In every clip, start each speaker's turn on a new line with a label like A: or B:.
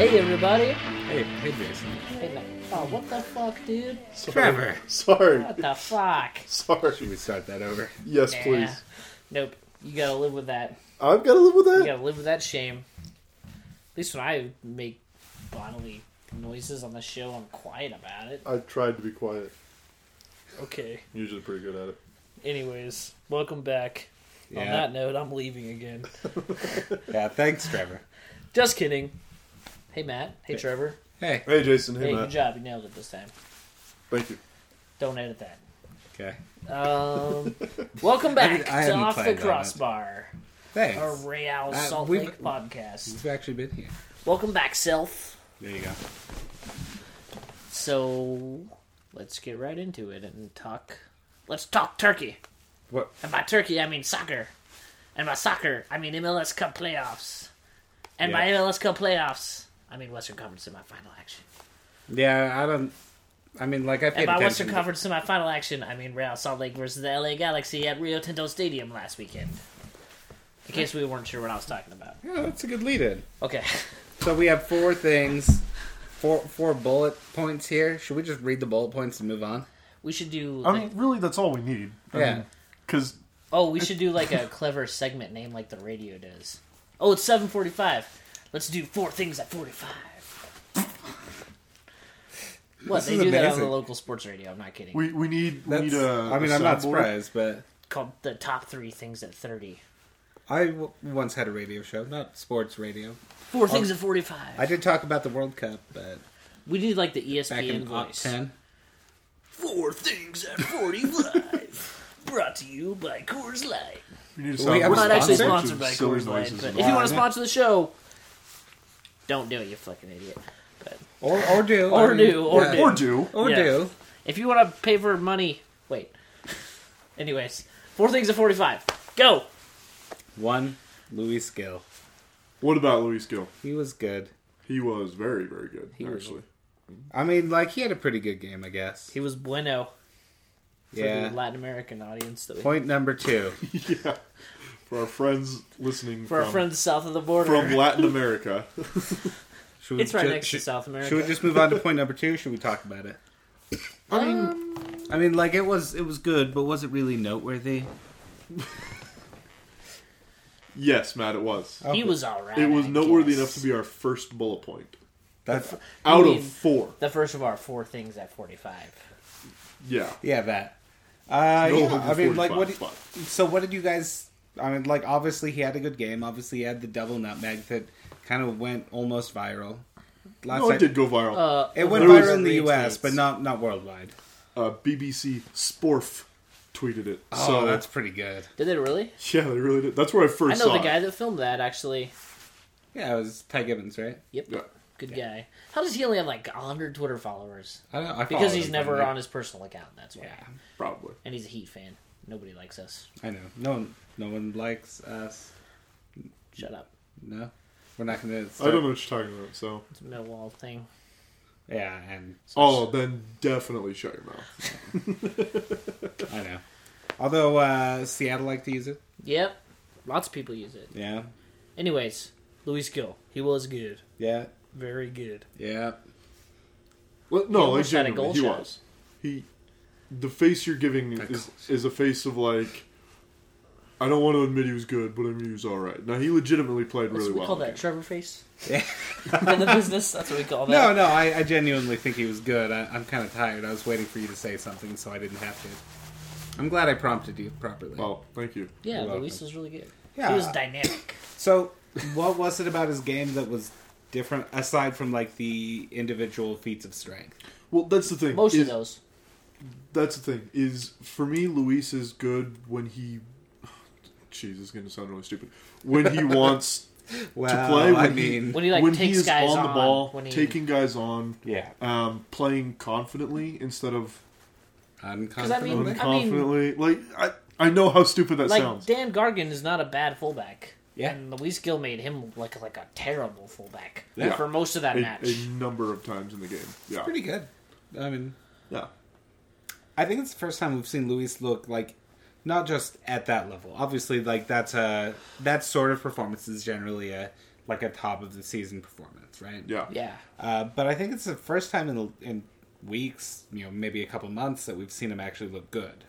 A: Hey everybody!
B: Hey, hey, Jason.
A: Hey, man. Oh, what the fuck, dude?
C: Sorry.
B: Trevor.
C: Sorry.
A: What the fuck?
C: Sorry.
B: Should we start that over?
C: Yes,
A: Nah.
C: please.
A: Nope. You gotta live with that.
C: I've got to live with
A: You
C: that.
A: gotta live with that shame. At least when I make bodily noises on the show, I'm quiet about it.
C: I tried to be quiet.
A: Okay.
C: I'm usually pretty good at it.
A: Anyways, welcome back. On
B: Yeah.
A: that note, I'm leaving again.
B: Yeah. Thanks, Trevor.
A: Just kidding. Hey Matt. Hey Trevor.
B: Hey.
C: Hey, Jason. Hey,
A: Hey,
C: Matt.
A: good job. You nailed it this time.
C: Thank you.
A: Don't edit that.
B: Okay.
A: Um, welcome back
B: I
A: to
B: haven't
A: Off the
B: planned on it.
A: Crossbar,
B: Thanks.
A: a Real
B: Uh,
A: Salt
B: we've-
A: Lake podcast.
B: You've actually been here.
A: Welcome back, self.
B: There you go.
A: So let's get right into it and talk. Let's talk turkey.
B: What?
A: And by turkey, I mean soccer. And by soccer, I mean MLS Cup playoffs. And by
B: Yeah.
A: MLS Cup playoffs, I mean Western Conference semifinal action.
B: Yeah, I don't. I mean, like I paid
A: And by
B: attention.
A: Western Conference semifinal action, I mean Real Salt Lake versus the LA Galaxy at Rio Tinto Stadium last weekend. In case we weren't sure what I was talking about.
B: Yeah, that's a good lead-in.
A: Okay.
B: So we have four things, four four bullet points here. Should we just read the bullet points and move on?
A: We should do.
C: I
A: Like,
C: mean, really, that's all we need. I
B: Yeah.
C: Because
A: Oh, we should do like a clever segment name like the radio does. Oh, it's 7:45. Let's do four things at 45. What?
B: This
A: they
B: is
A: do that on the
B: amazing.
A: local sports radio. I'm not kidding.
C: we, we need we
B: That's,
C: need a.
B: I mean, I'm not
C: soundboard.
B: surprised, but
A: Called the top 3 things at 30.
B: I w- once had a radio show, not sports radio.
A: Four things at 45.
B: I did talk about the World Cup, but
A: we need like the E
B: back
A: ESPN
B: in
A: voice.
B: ten.
A: Four things at 45. Brought to you by Coors Light.
C: We need a
B: We-
C: soundboard.
B: I'm
A: We're not actually
C: Bunch of
A: sponsored by
C: silly
A: Coors Light,
C: noises
A: but
C: and
A: if
C: all.
A: you want to
B: Yeah.
A: sponsor the show, don't do it, you fucking idiot. But
B: Or or do
A: Or do, or
B: yeah.
A: to-
C: or do
B: or
A: Yeah.
B: do.
A: If you want to pay for money, wait. Anyways, four things at forty-five. Go.
B: One, Louis Gill.
C: what about Luis Gill?
B: He was good.
C: He was very very good.
A: was-
C: actually,
B: I mean, like he had a pretty good game, I guess.
A: He was bueno for the
B: Yeah.
A: Latin American audience that we,
B: Point number two.
C: yeah. For our friends listening
A: for our
C: from
A: friends south of the border.
C: from Latin America,
B: Should we
A: it's right
B: ju-
A: next to
B: should,
A: South America.
B: should we just move on to point number two? Should we talk about it?
C: I mean,
A: Um,
B: I mean, like it was it was good, but was it really noteworthy?
C: yes, Matt, it was.
A: he was all right.
C: it was
A: I
C: noteworthy
A: guess.
C: enough to be our first bullet point
B: That's
C: out
A: mean-
C: of four.
A: the first of our four things at forty-five.
C: Yeah.
B: yeah, that. Uh,
C: No,
B: yeah, I mean, like what?
C: 45,
B: did- so what did you guys? I mean, like obviously he had a good game. Obviously he had the double nutmeg that kind of went almost viral. Last
C: No, it did go viral.
A: Uh,
B: It went
C: There was-
B: viral in the U.S.,
A: Retweets.
B: but not not worldwide.
C: uh, BBC Sporf tweeted it.
B: Oh,
C: so
B: that's pretty good.
A: Did it really?
C: yeah, they really did. That's where I
A: I
C: first
A: know
C: saw
A: the guy
C: it.
A: that filmed that actually.
B: Yeah, it was Ty Gibbons, right?
A: Yep.
C: Yeah.
A: Good guy. How does he only have like hundred Twitter followers?
B: I don't, I
A: Because
B: followed
A: he's
B: him
A: never
B: probably.
A: on his personal account. That's why.
B: Yeah,
C: Probably.
A: And he's a Heat fan. Nobody likes us.
B: I know. No one, no one likes us.
A: Shut up.
B: No, we're not going to.
C: I don't know what you're talking about. So,
A: It's a Millwall thing.
B: Yeah, and
C: oh, then definitely shut your mouth.
B: I know. Although uh, Seattle like to use it.
A: Yep. Lots of people use it.
B: Yeah,
A: Anyways, Luis Gill. He was good.
B: yeah,
A: Very good.
B: yeah.
C: Well, no, like
A: almost had a goal
C: genuinely, he
A: shot.
C: was. He, the face you're giving is is a face of like. I don't want to admit he was good, but I knew he was all right. Now he legitimately played
A: That's
C: really
A: what we
C: well.
A: call
C: in the
A: that
C: game.
A: Trevor face.
B: Yeah.
A: In the business, that's what we call
B: No,
A: that.
B: no, I, I genuinely think he was good. I, I'm kind of tired. I was waiting for you to say something, so I didn't have to. I'm glad I prompted you properly.
C: Well, thank you.
A: Yeah,
B: You're
A: Luis
B: welcome.
A: was really good.
B: Yeah.
A: He was dynamic.
B: So, what was it about his game that was different, aside from like the individual feats of strength?
C: Well, that's the thing.
A: Most
C: is-
A: of those.
C: that's the thing is for me luis is good when he jeez this is going to sound really stupid when he wants
B: Well,
C: to play when
B: I
C: he-
B: mean,
A: When he like
C: when
A: takes
C: he is
A: guys
C: on the ball
A: when he,
C: taking guys on
B: yeah,
C: um, playing confidently instead of
B: unconfident.
A: I mean-
C: unconfidently like I, I know how stupid that
A: like
C: sounds
A: Dan Gargan is not a bad fullback.
B: Yeah.
A: And Luis Gill made him look like a terrible fullback
C: Yeah.
A: for most of that
C: a,
A: match.
C: a number of times in the game yeah
B: pretty good. I mean,
C: yeah
B: I think it's the first time we've seen Luis look like not just at that level. Obviously, like that's a that sort of performance is generally a like a top of the season performance, right?
C: Yeah.
A: Yeah.
B: Uh, but I think it's the first time in the, in weeks, you know, maybe a couple months that we've seen him actually look good.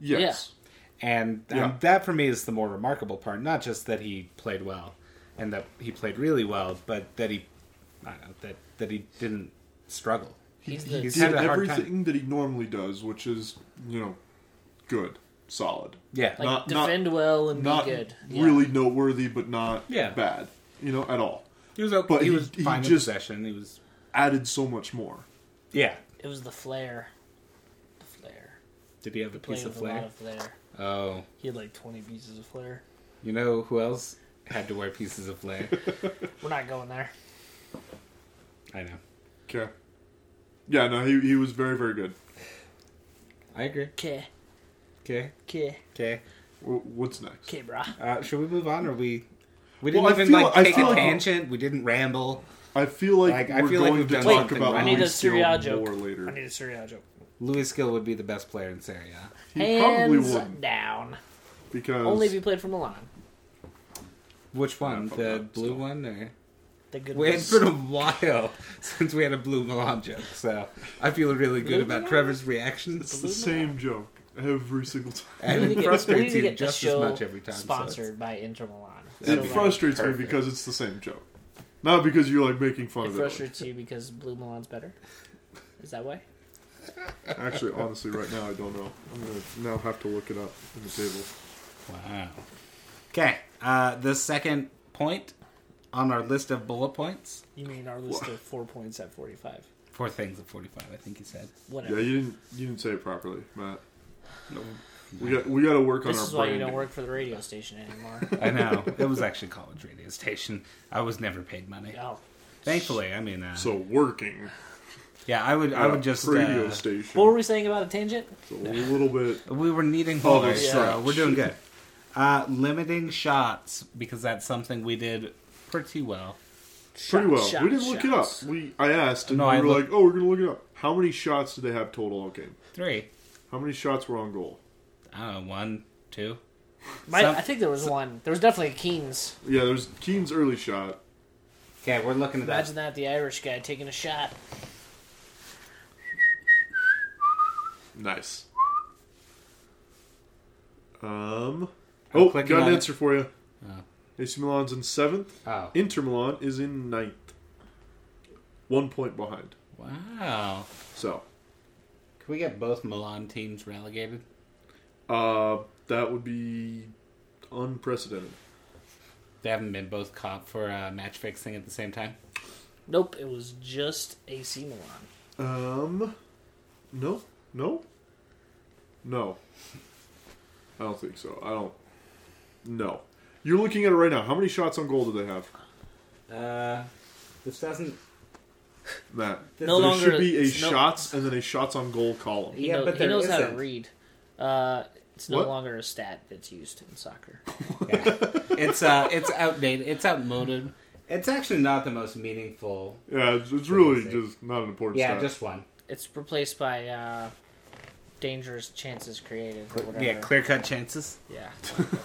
C: Yes.
B: And, and
C: Yeah.
B: that for me is the more remarkable part. Not just that he played well and that he played really well, but that he, I don't know, that, that he didn't struggle.
A: He's the
B: he's-
C: Did
B: had a hard time.
C: everything that he normally does, which is, you know, good, solid.
B: Yeah.
A: like
C: Not- not-
A: defend well and
C: Not
A: be good. Yeah.
C: really noteworthy, but not
B: Yeah.
C: bad, you know, at all.
B: he was okay.
C: but
B: he,
C: he-
B: was
C: he
B: fine in
C: just-
B: possession. He was,
C: Added so much more.
B: yeah.
A: It was the flair. The flair.
B: Did he have a
A: Played
B: piece of
A: with a lot
B: flair?
A: of flair.
B: Oh.
A: He had like 20 pieces of flair.
B: You know who else had to wear pieces of flair?
A: We're not going there.
B: I know.
C: Okay. Yeah, no, he, he was very, very good.
B: I agree.
A: Okay,
B: Okay.
A: okay,
B: Okay.
C: W- What's next?
A: okay, brah.
B: Uh, should we move on, or we? We didn't
C: Well, I
B: even
C: feel-
B: like
C: I
B: take a
C: feel like-
B: tangent. We didn't ramble.
C: I feel like,
B: Like, I
C: we're
B: feel like
C: going
B: we've
C: to
B: done
C: talk
B: something
C: about
B: wrong.
A: I need a
C: Luis Gil
A: Syria joke.
C: more later.
A: I need a cereal joke.
B: Louis Gill would be the best player in Serie A.
C: he probably
A: Hands
C: wouldn't
A: down.
C: because
A: Only if you played for Milan.
B: Which one?
C: Yeah, fuck
B: the
C: that,
B: blue
C: still.
B: one, or
A: The good
B: we had
A: ones.
B: been a while since we had a blue Milan joke. So I feel really good
A: Blue
B: about
A: Milan?
B: Trevor's
C: it's
B: reactions,
C: the same joke every single time.
A: We
B: and
A: need to
B: it
A: get- we need
B: frustrates
A: to
B: you
A: get the
B: just as
A: show
B: much every time. so it's-
A: Sponsored by Inter Milan.
C: It
A: like,
C: frustrates
B: perfect.
C: me because it's the same joke, not because you're like making fun
A: It
C: of it.
A: frustrates you because Blue Milan's better. Is that why?
C: Actually, honestly, right now I don't know. I'm gonna now have to look it up in the table.
B: Wow. Okay. Uh, the second point on our list of bullet points.
A: You mean our list of four points at 45?
B: Four things at forty-five. I think you said.
C: Yeah,
A: Whatever.
C: you didn't you didn't say it properly, Matt. We got we got to work on
A: this
C: our
A: is why you
C: branding.
A: don't work for the radio station anymore.
B: I know. It was actually college radio station. I was never paid money.
A: oh.
B: Thankfully, I mean, uh,
C: So working.
B: yeah, I would, I
C: at a
B: would just.
C: radio
B: uh,
C: station.
A: What were we saying about a tangent?
C: It's a little bit.
B: we were needing
C: Oh,
B: holes,
A: that's
B: so
C: right.
B: we're doing good. Uh, limiting shots because that's something we did pretty well.
C: Pretty well.
A: Shot,
C: we didn't look it up.
A: shots.
C: We I asked, and
B: No,
C: we
B: I
C: were
B: look-
C: like, "Oh, we're gonna look it up." How many shots did they have total all game?
B: Three,
C: How many shots were on goal?
B: I don't know, one, two.
A: My,
B: Some-
A: I think there was one. There was definitely a Keens.
C: Yeah, there's Keane's early shot.
B: Okay, we're looking at
A: Imagine that, the Irish guy taking a shot.
C: Nice. Um.
B: I'm
C: oh, got
B: clicking on
C: an
B: it.
C: answer for you.
B: Oh.
C: AC Milan's in seventh.
B: Oh,
C: Inter Milan is in ninth. One point behind.
B: wow!
C: So,
B: Can we get both Milan teams relegated?
C: uh, that would be unprecedented.
B: They haven't been both caught for uh, match fixing at the same time.
A: Nope, it was just AC Milan.
C: Um, no, no, no. I don't think so. I don't. No. You're looking at it right now. How many shots on goal do they have,
B: Uh, this doesn't.
C: Matt?
B: This
A: No
C: there
A: longer-
C: should be a
A: it's no-
C: shots and then a shots on goal column.
A: He,
B: Yeah,
A: know-
B: but
A: he
B: there
A: knows how to
B: isn't.
A: read. Uh, it's no
C: What?
A: longer a stat that's used in soccer.
B: Yeah. it's uh, it's outdated. It's outmoded. It's actually not the most meaningful.
C: Yeah, it's, it's really
B: Amazing.
C: just not an important
B: Yeah,
C: stat.
B: just one.
A: It's replaced by uh, dangerous chances created or whatever.
B: Yeah, clear cut chances.
A: Yeah.
C: I thought it was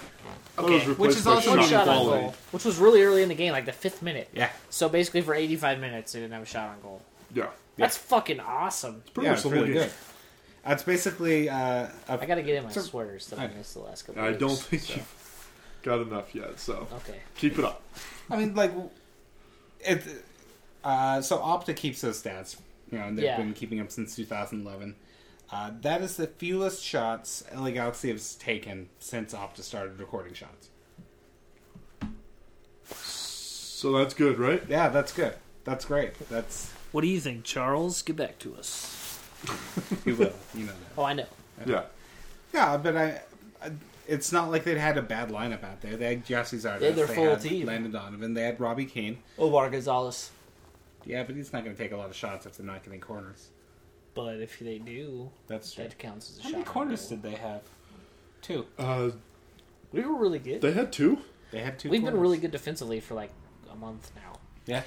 A: Okay,
B: which is
C: replaced by
B: also
A: One
B: Shot
A: shot on
C: quality.
A: goal, which was really early in the game, like the fifth minute.
B: Yeah,
A: So basically, for 85 minutes, they didn't have a shot on goal.
C: Yeah,
A: That's fucking awesome.
C: pretty much the whole game.
B: It's basically uh,
A: I
B: a,
A: gotta get in my
B: So-
A: sweaters that I
B: Okay.
A: missed the last couple.
C: I
A: weeks,
C: don't think
A: so-
C: you've got enough yet, so
A: Okay.
C: keep it up.
B: I mean, like, it. Uh, so Opta keeps those stats. You know, and they've
A: Yeah.
B: been keeping them since 2011. Uh, that is the fewest shots LA Galaxy has taken since Opta started recording shots.
C: So that's good, right?
B: Yeah, that's good. That's great. That's
A: What do you think, Charles? Get back to us.
B: you will. You know that.
A: Oh, I know.
C: Yeah.
B: Yeah, but I, I it's not like they'd had a bad lineup out there. They had Jesse Zardes.
A: They had their
B: they
A: full
B: had
A: team.
B: Landon Donovan. They had Robbie Keane.
A: Omar Gonzalez.
B: Yeah, but he's not going to take a lot of shots if they're not getting corners.
A: But if they do,
B: That's true.
A: that counts as a
B: How
A: shot.
B: many
A: on
B: corners
A: goal.
B: did they have? Two.
C: Uh,
A: We were really good.
C: they had two.
B: They had 2
A: We've
B: corners.
A: been really good defensively for like a month now.
B: Yeah.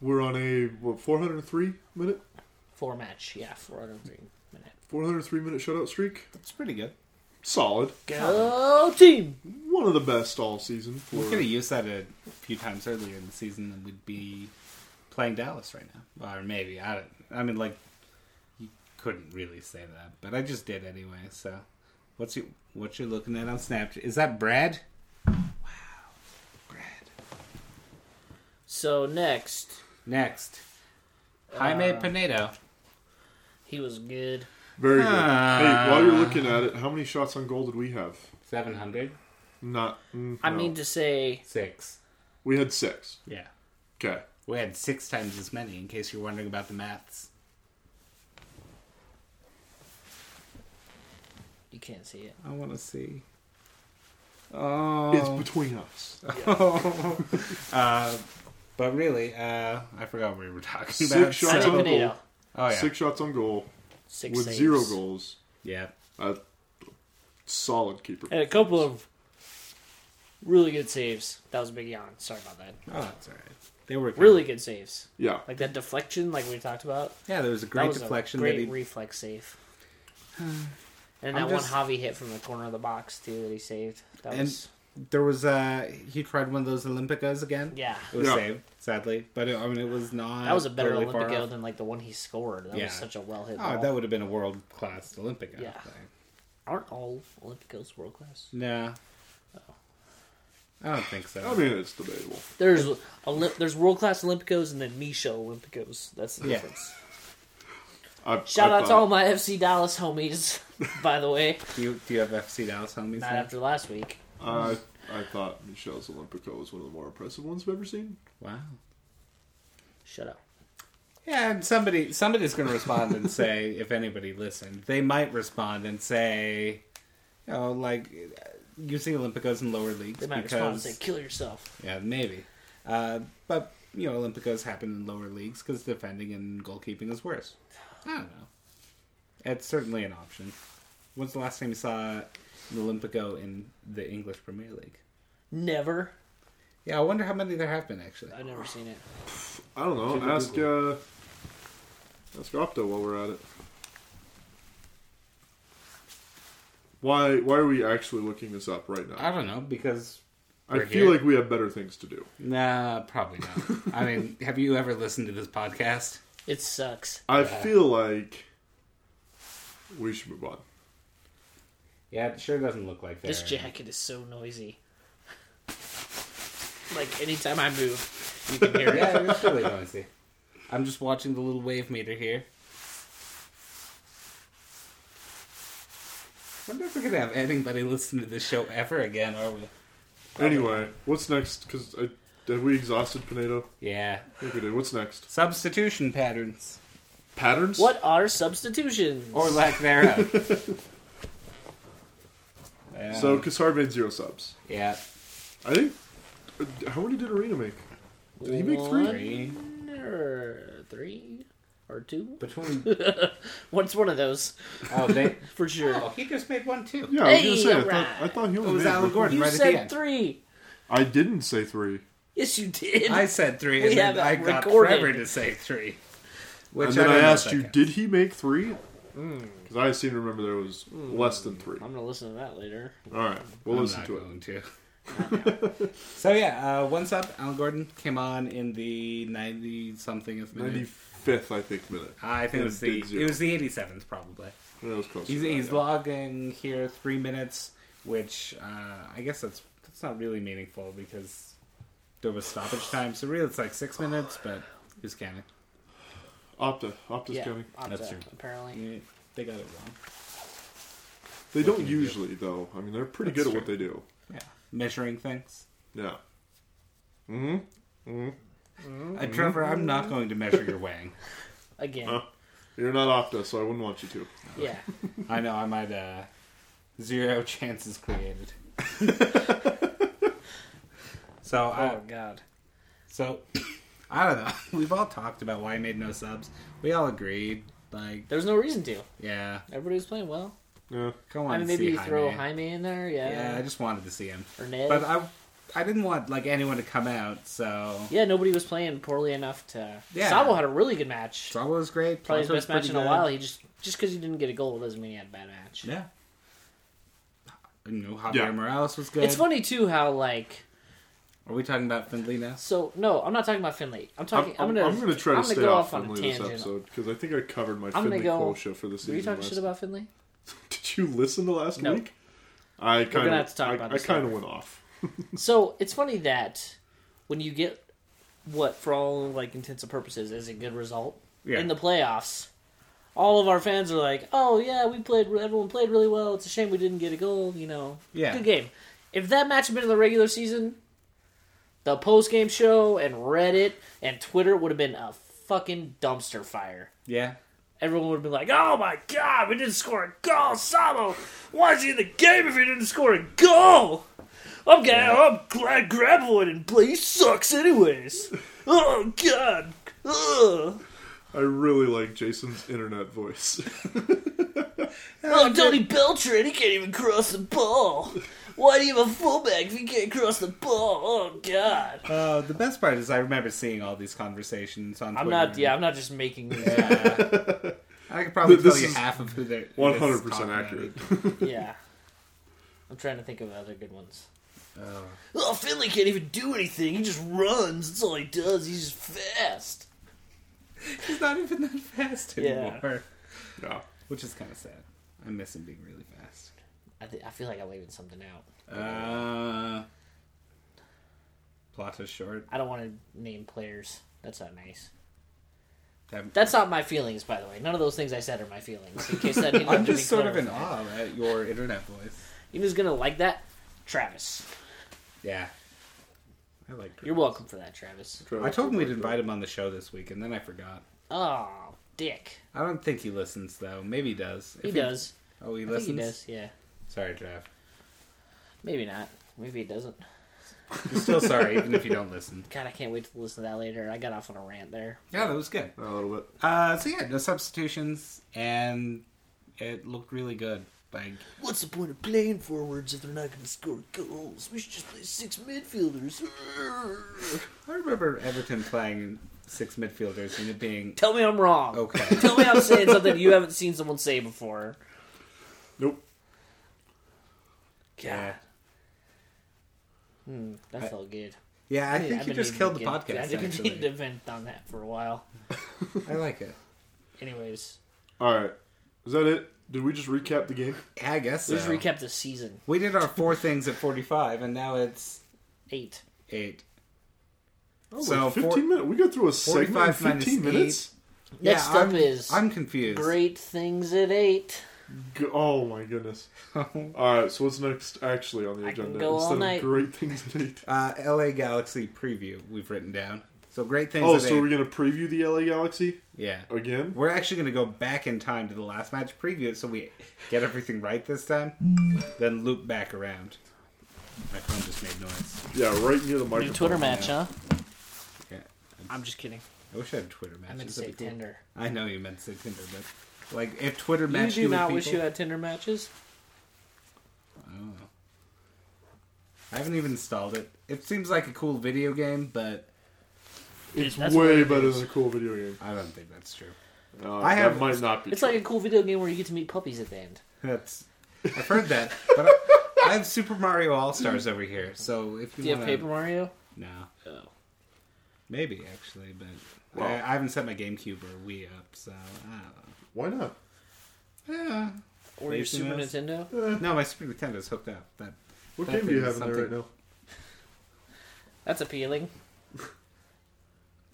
C: We're on a what, 403 minute,
A: Four match, yeah, four out of three minute.
C: 403 minute shutout streak.
B: It's pretty good.
C: Solid.
A: Go team!
C: Woo! one of the best all season for.
B: We could have used that a few times earlier in the season, and we'd be playing Dallas right now, or maybe I. Don't, I mean, like you couldn't really say that, but I just did anyway. So, what's your what you're looking at on Snapchat? Is that Brad? Wow, Brad.
A: So next,
B: Next, Jaime
A: Uh,
B: Pinedo.
A: he was good.
C: Very good.
B: Ah.
C: hey, while you're looking at it, how many shots on goal did we have?
B: Seven hundred
C: Not. mm,
A: I
C: no.
A: mean to say,
B: six.
C: we had six.
B: Yeah,
C: Okay.
B: we had six times as many. In case you're wondering about the maths.
A: you can't see it.
B: I want to see. Oh,
C: It's between us.
B: uh, but really, uh, I forgot what we were talking about.
C: Six shots
A: Jaime
C: on
A: Pinedo,
C: goal.
B: Oh yeah,
C: Six shots on goal
A: six
C: with
A: saves.
C: zero goals.
B: yeah.
C: A solid keeper.
A: and a couple of really good saves. That was a big yawn. Sorry about that.
B: Oh, that's all right. They were
A: Really good saves,
C: Yeah.
A: like that deflection, like we talked about.
B: Yeah, there was a great
A: that was a
B: deflection.
A: great
B: that he,
A: reflex save. And that
B: I'm just-
A: one Javi hit from the corner of the box too that he saved. That
B: And-
A: was
B: there was uh he tried one of those Olympicos again.
A: yeah.
B: It was
C: Yeah.
B: saved, sadly, but it, I mean it was not.
A: That was a better
B: really far
A: Olympico
B: off.
A: than like the one he scored. That
B: Yeah.
A: was such a well hit ball.
B: Oh, that would have been a world class Olympico.
A: Yeah.
B: thing.
A: Aren't all Olympicos world class?
B: Nah. I don't think so.
C: I mean, it's debatable.
A: There's Olymp- there's world class Olympicos and then Misha Olympicos. That's the
B: Yeah.
A: difference.
C: I,
A: Shout
C: I
A: out to
C: thought-
A: all my FC Dallas homies, by the way.
B: do, you, do you have FC Dallas homies?
A: Not
B: now?
A: after last week.
C: I, I thought Michelle's Olympico was one of the more impressive ones I've ever seen.
B: Wow.
A: Shut up.
B: Yeah, and somebody somebody's going to respond and say if anybody listened, they might respond and say, you know, like using Olympicos in lower leagues
A: They might respond and say,
B: because
A: "Kill yourself."
B: yeah, maybe, uh, but you know, Olympicos happen in lower leagues because defending and goalkeeping is worse. I don't know. It's certainly an option. When's the last time you saw an Olympico in the English Premier League?
A: Never.
B: Yeah, I wonder how many there have been actually.
A: I've never seen it.
C: I don't know.
B: Should we
C: Ask
B: Google
C: uh, ask Opto while we're at it. Why why are we actually looking this up right now?
B: I don't know because
C: I
B: We're
C: feel
B: here.
C: like we have better things to do.
B: Nah, probably not. I mean, have you ever listened to this podcast?
A: It sucks.
C: I
B: Yeah.
C: feel like we should move on.
B: Yeah, it sure doesn't look like that.
A: This jacket is so noisy. Like anytime I move, you can hear it.
B: Yeah, it's really noisy. I'm just watching the little wave meter here. wonder if we're gonna have anybody listen to this show ever again, are we?
C: Anyway, what's next? Because have we exhausted Pinedo?
B: Yeah.
C: I think we did. What's next?
B: Substitution patterns.
C: Patterns.
A: What are substitutions?
B: Or lack thereof. Yeah.
C: So Kassar made zero subs.
B: yeah.
C: I think. uh, How many did Arena make? Did he make three?
B: Three.
A: One or three or two?
B: Between
A: What's one of those
B: Oh they
A: for sure?
B: Oh, he just made one too.
C: Yeah, I was
A: Hey,
C: gonna say. I
A: alright.
C: thought, I thought he only
B: It was
C: made
B: Alan
C: one.
B: Gordon
A: you
B: right at the
A: said
B: end.
A: three.
C: I didn't say three.
A: Yes, you did.
B: I said three,
A: We
B: and then
A: have it
B: I got
A: recorded.
B: Trevor to say three. Which
C: And then I,
B: don't know if
C: asked you,
B: counts.
C: did he make three? Because I seem to remember there was less than three.
A: I'm gonna listen to that later.
C: All right, we'll
B: I'm
C: listen
B: not
C: to it.
B: going to. so yeah, uh, one sub. Alan Gordon came on in the ninety something of minute.
C: Ninety fifth, I think, minute.
B: Ah, I think it was
C: And
B: the
C: did zero.
B: it was the eighty seventh probably.
C: That was close.
B: He's
C: to that,
B: he's
C: yeah.
B: logging here three minutes, which uh, I guess that's that's not really meaningful because there was stoppage time. So really, it's like six minutes, but who's counting?
C: Opta, Opta's
A: yeah,
C: counting.
A: Opta,
B: That's true.
A: Apparently,
B: Yeah, They got it wrong.
C: They don't
B: can you do?
C: usually, though. I mean, they're pretty
B: That's
C: good at what they do.
B: Yeah, measuring things.
C: Yeah.
B: Uh, Trevor, I'm not going to measure your weighing.
A: again,
C: Huh? You're not Opta, so I wouldn't want you to.
A: yeah.
B: I know I might uh zero chances created. so I
A: Oh God,
B: so I don't know. We've all talked about why I made no subs. We all agreed. Like
A: there was no reason to.
B: yeah,
A: Everybody was playing well.
C: Yeah.
B: go on.
A: I mean, maybe
B: see
A: you throw
B: Jaime.
A: Jaime in there, yeah.
B: Yeah, I just wanted to see him,
A: or Ned.
B: but I I didn't want like anyone to come out. So
A: yeah, nobody was playing poorly enough to.
B: Yeah.
A: Sabo had a really good match.
B: Strabo was great.
A: Probably his
B: Poncho was
A: best match
B: pretty
A: in a
B: good.
A: while. He just just because he didn't get a goal doesn't mean he had a bad match.
B: Yeah. you know, Javier
C: Yeah.
B: Morales was good.
A: It's funny too how like
B: Are we talking about Findlay now?
A: so. No, I'm not talking about Finley. I'm
C: I'm,
A: talking. I'm,
C: I'm,
A: gonna.
C: I'm gonna try to
A: I'm
C: stay
A: go
C: off
A: on a
C: Finley this
A: tangent.
C: episode because I think I covered my
A: gonna
C: Finley
A: go-
C: quota for the season.
A: Were you talking
C: last-
A: shit about Finley?
C: Did you listen to last
A: No.
C: week? I kind
A: gonna
C: of
A: have to talk
C: I,
A: about
C: I
A: this
C: kind of went off.
A: So it's funny that when you get what, for all like intents and purposes, is a good result
B: Yeah.
A: in the playoffs, all of our fans are like, "Oh yeah, we played. Everyone played really well. It's a shame we didn't get a goal. You know,
B: Yeah.
A: good game." If that match had been in the regular season, the post game show and Reddit and Twitter would have been a fucking dumpster fire.
B: Yeah.
A: Everyone would have been like, "Oh my god, we didn't score a goal, Sabo! Why is he in the game if he didn't score a goal?" I'm glad. I'm glad Graboid and Blaze sucks, anyways. oh god. Ugh.
C: I really like Jason's internet voice.
A: Oh, Donny Belcher, and he can't even cross the ball. Why do you have a fullback if he can't cross the ball? Oh god.
B: Uh, the best part is I remember seeing all these conversations on.
A: I'm
B: Twitter.
A: not. Yeah, I'm not just making. These,
B: Uh, I could probably
C: This
B: tell you
C: is
B: half of who they're.
C: One hundred percent accurate.
A: yeah. I'm trying to think of other good ones.
B: Oh.
A: Oh, Finley can't even do anything. He just runs. That's all he does. He's just fast.
B: He's not even that fast
A: Yeah.
B: anymore,
C: Yeah.
B: which is kind of sad. I miss him being really fast.
A: I, th- I feel like I'm leaving something out.
B: Uh, Plata's short.
A: I don't want to name players. That's not nice.
B: That-
A: That's not my feelings, by the way. None of those things I said are my feelings. In case that needed
B: I'm
A: to be
B: just sort of in
A: clarified.
B: awe at your internet voice.
A: You know who's gonna like that? Travis.
B: Yeah, I like.
A: You're welcome for that, Travis.
B: I told him we'd invite him on the show this week, and then I forgot.
A: Oh, dick.
B: I don't think he listens though. Maybe he does.
A: He
B: If
A: does.
B: Oh, he
A: I think
B: listens.
A: he does. Yeah.
B: Sorry, Trav.
A: Maybe not. Maybe he doesn't.
B: I'm still sorry, even if you don't listen.
A: God, I can't wait to listen to that later. I got off on a rant there.
B: Yeah, that was good.
C: a little bit.
B: Uh, so yeah, no substitutions, and it looked really good. Like,
A: What's the point of playing forwards if they're not gonna score goals? We should just play six midfielders.
B: I remember Everton playing six midfielders and it being
A: Tell me I'm wrong.
B: okay.
A: Tell me I'm saying something you haven't seen someone say before.
C: Nope.
A: God,
B: Yeah,
A: hmm, that felt good.
B: yeah. I
A: Yeah,
B: think
A: I've
B: you
A: been
B: just
A: needing
B: killed
A: to
B: the
A: get-
B: podcast.
A: I've been needing to
B: Actually,
A: vent on that for a while.
B: I like it.
A: Anyways,
C: All right. Is that it? Did we just recap the game?
B: Yeah, I guess so.
A: let's recap the season
B: We did our four things at forty-five, and now it's
A: eight.
B: eight.
C: Oh,
B: So,
C: like fifteen
B: four-
C: minutes. We got through a segment in
B: 45 minus
C: fifteen minutes.
A: Next
B: yeah,
A: up
B: I'm,
A: is
B: I'm confused.
A: great things at eight.
C: Go- oh my goodness.
B: Uh,
C: All right. So what's next? Actually, on the
A: I can
C: agenda
A: go all
C: instead of
A: night.
C: great things at eight.
B: uh, LA Galaxy preview we've written down. So great things.
C: Oh,
B: at
C: so
B: eight.
C: we're gonna preview the LA Galaxy
B: yeah.
C: again?
B: We're actually going to go back in time to the last match preview it so we get everything right this time, then loop back around. My phone just made noise.
C: Yeah, right near the
A: New
C: microphone.
A: Twitter match, huh?
B: Yeah.
A: I'm just kidding.
B: I wish I had Twitter matches.
A: I meant to say
B: That'd be cool.
A: Tinder.
B: I know you meant to say Tinder, but like if Twitter matched
A: you
B: you
A: do
B: with
A: not
B: people,
A: wish you had Tinder matches.
B: I don't know. I haven't even installed it. It seems like a cool video game, but
C: It's
A: That's
C: way
A: weird.
C: better than a cool video game.
B: I don't think that's true.
C: Uh,
B: I have-
C: that might not be.
A: It's
C: true.
A: like a cool video game where you get to meet puppies at the end.
B: That's I've heard that, but I, I have Super Mario All Stars over here. So if you
A: Do you have
B: wanna,
A: Paper Mario?
B: no,
A: Oh.
B: maybe actually, but
C: Well-
B: I, I haven't set my GameCube or Wii up, so I
C: Why not?
B: don't know.
A: Or
B: Are
A: your
B: you
A: Super
B: serious?
A: Nintendo?
B: Yeah. No, my Super Nintendo's hooked up. That
C: What
B: That
C: game do you
B: thing
C: have
B: is
C: in there right now?
B: something-
A: That's appealing.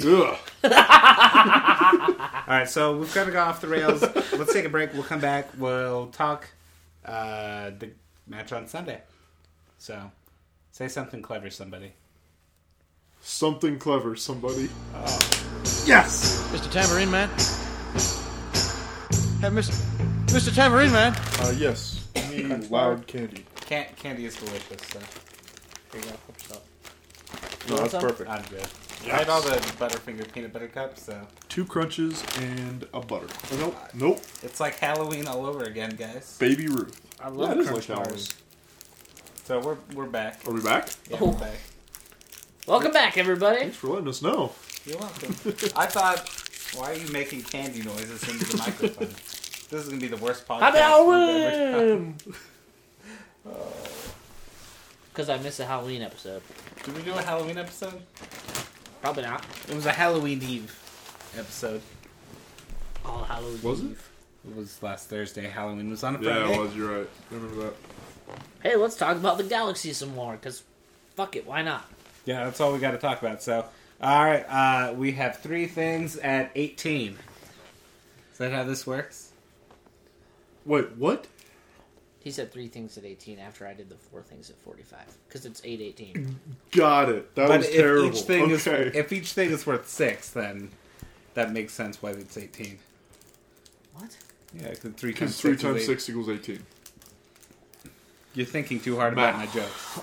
C: Ugh.
B: All right, so we've got to go off the rails. Let's take a break. We'll come back. We'll talk uh, the match on Sunday. So say something clever, somebody.
C: Something clever, somebody.
B: Yes.
D: Mr. Tambourine Man. Hey, Mr. Mr. Tambourine Man.
C: Uh, yes. Me, loud candy.
B: Can- candy is delicious. So here you go. Help yourself.
C: No,
A: want
C: that's
A: some?
C: perfect.
B: I'm good.
C: Yes.
B: I had all the Butterfinger peanut butter cups, so
C: Two crunches and a butter. Oh, nope. Nope.
B: it's like Halloween all over again, guys.
C: Baby Ruth.
A: I
C: Yeah,
A: love
C: it is
A: Crunch
C: like Halloween.
A: Bars.
B: So we're we're back.
C: Are we back?
B: Yeah,
A: Oh.
B: we're back.
A: Welcome back, everybody.
C: Thanks for letting us know.
B: You're welcome. I thought, why are you making candy noises into the microphone? This is gonna be the worst podcast.
A: I'm
B: we've ever done.
A: Alwyn. Because I missed a Halloween episode.
B: Did we do a Halloween episode?
A: Probably not.
B: It was a Halloween Eve episode.
A: All Halloween.
C: Was it?
A: Eve.
B: It was last Thursday. Halloween was on a
C: Yeah,
B: Friday.
C: it was. You're right. I remember that.
A: Hey, let's talk about the galaxy some more. Because fuck it, why not?
B: Yeah, that's all we got to talk about. So, all right, uh, we have three things at 18. Is that how this works?
C: Wait, what?
A: He said three things at 18 after I did the four things at 45. Because it's 818.
C: Got it. That was
B: if
C: terrible.
B: each thing
C: okay.
B: is if each thing is worth six, then that makes sense why it's 18.
A: what?
B: Yeah, because three times
C: Because three
B: six is
C: times
B: eight.
C: six equals eighteen.
B: You're thinking too hard about my
C: Math.
B: jokes.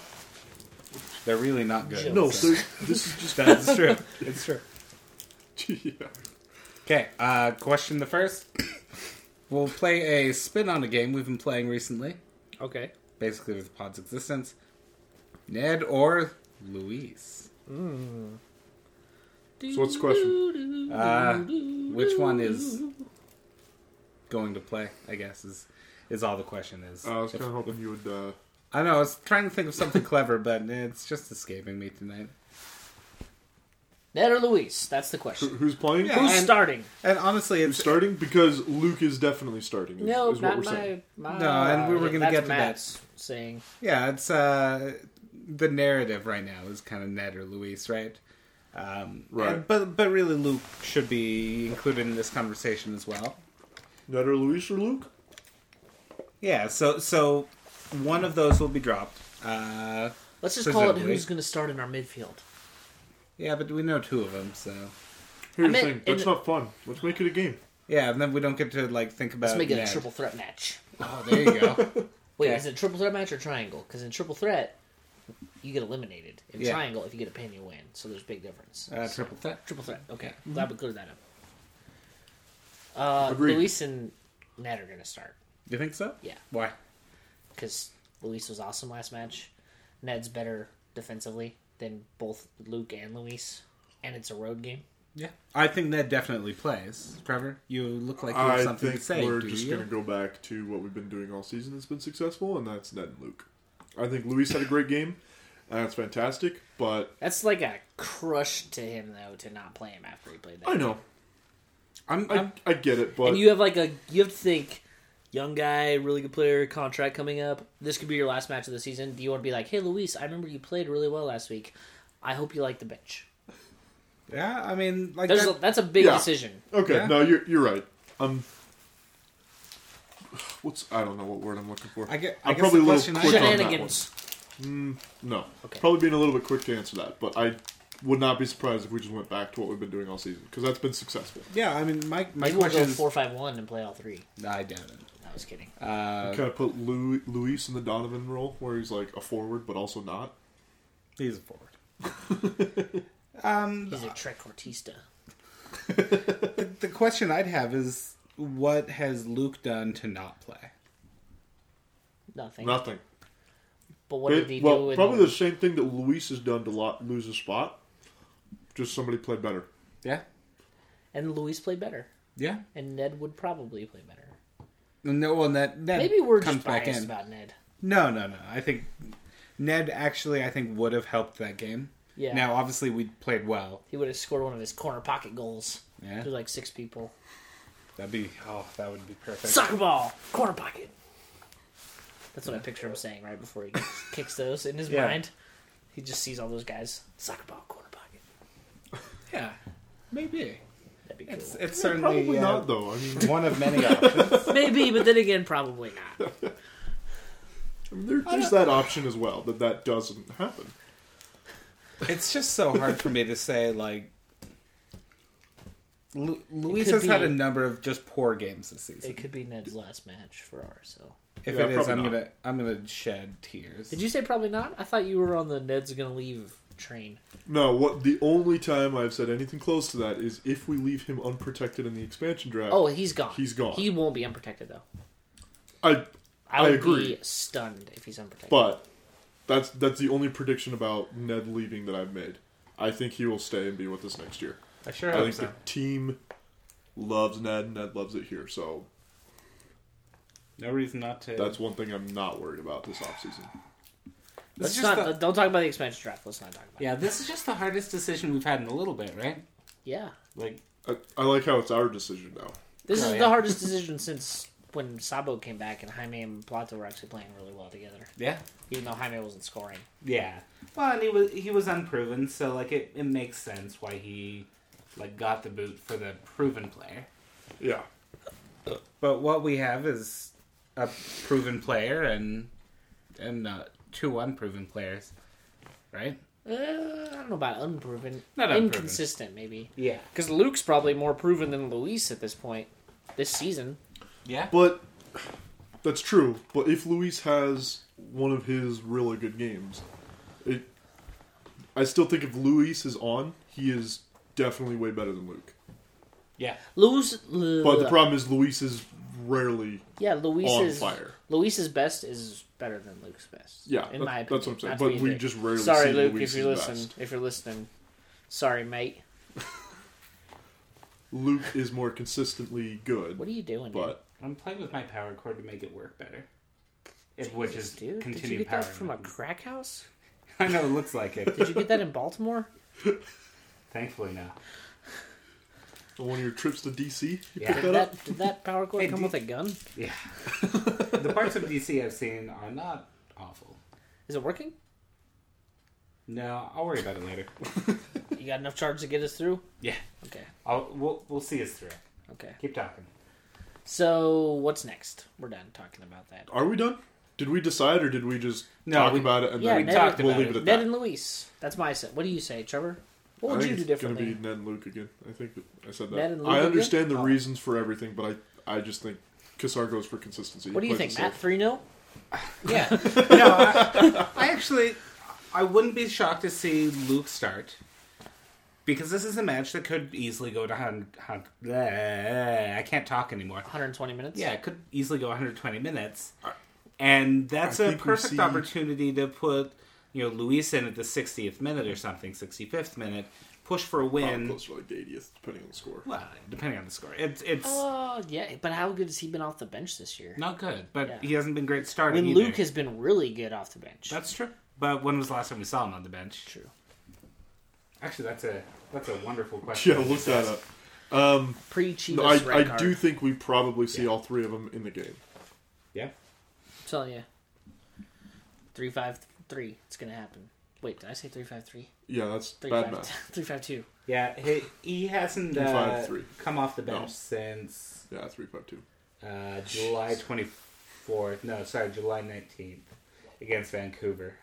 B: They're really not good.
A: Jokes.
C: No,
B: so-
C: so this is just.
B: that's true. It's true.
C: yeah.
B: Okay, uh, question the first. we'll play a spin on a game we've been playing recently,
A: Okay.
B: basically with the pod's existence. Ned or Luis?
C: So what's the question?
B: Uh, which one is going to play? I guess is is all the question is.
C: Uh, I was
B: If-
C: kind of hoping you would. Uh,
B: I know. I was trying to think of something clever, but it's just escaping me tonight.
A: Ned or Luis? That's the question.
C: who's playing?
B: Yeah.
A: Who's
B: and-
A: starting?
B: And honestly,
C: Who's
B: it's
C: starting? Because Luke is definitely starting. Is,
A: No,
C: is what
A: not
C: we're
A: my,
C: saying.
A: my.
B: No, and we were gonna
A: that's
B: get to that.
A: Matt's saying.
B: Yeah, it's uh the narrative right now is kind of Ned or Luis, right? Um,
C: Right.
B: and- but but really, Luke should be included in this conversation as well.
C: Ned or Luis or Luke?
B: Yeah. So so one of those will be dropped. Uh,
A: Let's just call it
B: Presumably.
A: who's going to start in our midfield.
B: yeah, but we know two of them, so
C: Here's the
A: meant
C: thing.
A: in
C: That's
A: the-
C: not fun. Let's make it a game.
B: yeah, and then we don't get to like think about.
A: Let's make it
B: Ned.
A: a triple threat match.
B: Oh, there you go.
A: Wait,
B: Okay.
A: is it triple threat match or triangle? Because in triple threat, you get eliminated. In
B: Yeah.
A: triangle, if you get a pin, you win. So there's a big difference.
B: uh, triple threat.
A: triple threat. Okay, glad we cleared that up. Uh,
C: Agreed.
A: Luis and Ned are going to start
B: You think so?
A: Yeah.
B: Why?
A: because Luis was awesome last match. Ned's better defensively than both Luke and Luis, and it's a road game.
B: Yeah. I think Ned definitely plays. Trevor, you look like you have
C: I
B: something
C: think
B: to say.
C: we're
B: do
C: just
B: you?
C: going to go back to what we've been doing all season that's been successful, and that's Ned and Luke. I think Luis had a great game. and That's fantastic, but
A: That's like a crush to him though to not play him after he played that.
C: I know.
B: I'm,
C: I,
B: I'm
C: I get it, but
A: And you have like a you have to think young guy, really good player, contract coming up. This could be your last match of the season. Do you want to be like, hey Luis, I remember you played really well last week. I hope you like the bench.
B: yeah. I mean, like
A: There's
B: that-
A: a, that's a big
C: Yeah.
A: decision.
C: okay,
B: Yeah.
C: no, you're you're right. Um, what's I don't know what word I'm looking for.
B: I get- I
C: I'm
B: guess
C: probably a
B: the
C: little
B: question I
C: quick
B: have-
C: on that one.
A: Shenanigans.
C: No,
A: Okay.
C: probably being a little bit quick to answer that, but I would not be surprised if we just went back to what we've been doing all season because that's been successful.
B: Yeah, I mean, my my
A: Maybe we'll
B: question
A: go
B: is.
A: four five one and play all three.
B: No, I doubt it.
A: I was kidding.
B: Uh,
C: Kind of put Lu- Luis in the Donovan role where he's like a forward but also not.
B: He's a forward.
A: He's
B: uh,
A: a Trek Ortista.
B: The question I'd have is, what has Luke done to not play?
A: Nothing.
C: Nothing.
A: But what
C: Ba-
A: did he do?
C: well,
A: in
C: probably the same thing that Luis has done to lo- lose his spot. Just somebody played better.
B: Yeah,
A: And Luis played better.
B: yeah.
A: And Ned would probably play better.
B: No, well, that, that
A: Maybe we're
B: comes
A: just
B: back
A: biased
B: in.
A: about Ned.
B: No, no, no. I think Ned actually, I think, would have helped that game.
A: Yeah.
B: Now, obviously, we played well.
A: He would have scored one of his corner pocket goals.
B: Yeah.
A: To like six people.
B: That'd be oh, that would be perfect.
A: Soccer ball, corner pocket. That's what I picture him saying right before he kicks those in his
B: Yeah.
A: mind. He just sees all those guys. Soccer ball, corner pocket.
B: Yeah, maybe
A: That'd be cool.
B: it's, it's certainly
C: Probably
B: uh,
C: not, though. I mean,
B: one of many options.
A: Maybe, but then again, probably not.
C: I mean, there, there's that option as well that that doesn't happen.
B: It's just so hard for me to say like. Lu- Luis
A: could
B: has had
A: be-
B: a number of just poor games this season.
A: It could be Ned's last match for ours. So,
B: If
C: Yeah,
B: it is,
C: probably
B: I'm
C: not.
B: gonna I'm gonna shed tears.
A: did you say probably not? I thought you were on the Ned's gonna leave train.
C: No, what the only time I've said anything close to that is if we leave him unprotected in the expansion draft.
A: Oh, he's gone.
C: He's gone.
A: He won't be unprotected though.
C: I
A: I
C: I
A: would
C: agree.
A: be stunned if he's unprotected.
C: But that's that's the only prediction about Ned leaving that I've made. I think he will stay and be with us next year.
B: I sure
C: I
B: hope
C: think
B: so.
C: the team loves Ned. Ned loves it here, so
B: No reason not to.
C: That's one thing I'm not worried about this offseason.
B: This
A: Let's
B: is
A: not,
B: just the-
A: don't talk about the expansion draft. Let's not talk about
B: yeah, this is just the hardest decision we've had in a little bit, right?
A: it. Yeah.
B: Like,
C: I, I like how it's our decision now.
A: This
B: Oh,
A: is
B: yeah.
A: the hardest decision since when Sabo came back and Jaime and Plato were actually playing really well together,
B: yeah,
A: even though Jaime wasn't scoring.
B: yeah. Well, and he was he was unproven, so like it, it makes sense why he like got the boot for the proven player.
C: Yeah.
B: But what we have is a proven player and and uh, two unproven players, right?
A: Uh, I don't know about unproven.
B: Not unproven.
A: Inconsistent, maybe.
B: Yeah,
A: Because Luke's probably more proven than Luis at this point this season.
B: yeah.
C: But that's true. But if Luis has one of his really good games, it, I still think if Luis is on, he is definitely way better than Luke.
B: Yeah.
A: Luis,
C: But the problem is Luis is rarely
A: yeah, Luis
C: on
A: is
C: fire.
A: Luis's best is better than Luke's best.
C: Yeah,
A: in
C: that-
A: my opinion.
C: that's what I'm saying.
A: Not to
C: But
A: be a
C: we
A: dick.
C: just rarely
A: sorry,
C: see
A: Luke,
C: Luis's
A: if you listen,
C: best.
A: if you're listening, sorry, mate.
C: Luke is more consistently good.
A: What are you doing? dude?
C: but
B: I'm playing with my power cord to make it work better. It, which is
A: dude, did you
B: continue
A: get that
B: power.
A: from a
B: button.
A: crack house?
B: I know it looks like it.
A: Did you get that in Baltimore?
B: Thankfully, no.
C: on one of your trips to DC, you
B: Yeah.
C: picked
A: Did
C: that up.
A: that, did that power cord
B: Hey,
A: come
B: do-
A: with a gun?
B: Yeah. the parts of DC I've seen are not awful.
A: Is it working?
B: No, I'll worry about it later.
A: You got enough charge to get us through?
B: Yeah,
A: Okay.
B: I'll, we'll we'll see us through.
A: Okay.
B: Keep talking.
A: So what's next? We're done talking about that.
C: Are we done? Did we decide, or did we just
B: No,
C: talk
B: we-
C: about it and
A: Yeah,
C: then
A: we
B: talked
C: we'll
B: about
C: leave
B: it.
C: it, at
A: Ned
C: that?
A: and Luis. That's my set. What do you say, Trevor? What would
C: I
A: you
C: think
A: do
C: it's
A: differently?
C: Gonna be Ned and Luke again. I think that I said that.
A: Ned and Luke
C: I
A: again?
C: understand the
A: Oh.
C: reasons for everything, but I I just think Kassar goes for consistency.
A: What do you
C: He plays
A: think,
C: it
A: Matt?
C: safe.
A: Three 0 Yeah.
B: no, I, I actually, I wouldn't be shocked to see Luke start because this is a match that could easily go to hun- hun- bleh, I can't talk anymore.
A: 120 minutes.
B: Yeah, it could easily go 120 minutes, and that's
C: I
B: a
C: think we
B: perfect
C: see-
B: opportunity to put you know Luis in at the 60th minute or something, 65th minute, push for a
C: Probably
B: win.
C: close to like 80th, depending on the score.
B: Well, depending on the score, it's it's
A: Oh yeah, but how good has he been off the bench this year?
B: not good, but
A: Yeah.
B: he hasn't been great starting.
A: when
B: either.
A: Luke has been really good off the bench.
B: that's true. But when was the last time we saw him on the bench?
A: true.
B: Actually, that's a that's a wonderful question.
C: Yeah, look that up.
A: Pre Chivas
C: No, I, I do think we probably see all three of them in the game.
B: Yeah,
A: I'm telling you. Three five three. It's gonna happen. Wait, did I say three five three?
C: Yeah, that's
A: Three
C: bad
A: five
C: math.
A: three five two.
B: yeah. He, he hasn't uh,
C: five, three.
B: come off the bench
C: No.
B: since
C: Yeah, three five two.
B: uh, July twenty fourth. No, sorry, July nineteenth against Vancouver.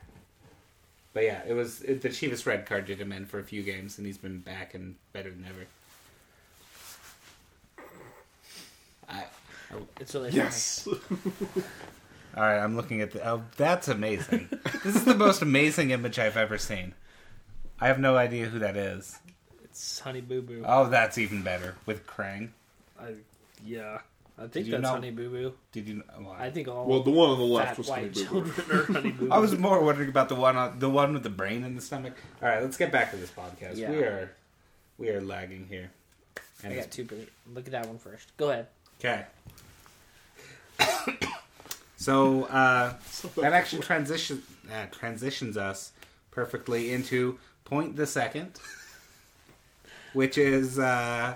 B: But yeah, it was it, the Chivas red card did him in for a few games, and he's been back and better than ever. I,
A: It's really
C: Yes.
B: all right, I'm looking at the. Oh, that's amazing! this is the most amazing image I've ever seen. I have no idea who that is.
A: funny. It's Honey Boo Boo.
B: Oh, that's even better with Krang.
A: I- yeah, I
B: Did
A: think
B: you
A: that's
B: know-
A: Honey Boo Boo.
B: Did you? Well,
A: I think all
C: well, the one on the left
A: fat
C: was going
A: white
C: to be
A: children are Honey Boo Boo.
B: I was more wondering about the one on the one with the brain in the stomach. All right, let's get back to this podcast.
A: Yeah.
B: We are we are lagging here. And
A: I got
B: it's-
A: two. big- Look at that one first. Go ahead.
B: Okay. so uh, that actually transition uh, transitions us perfectly into point the second, which is uh,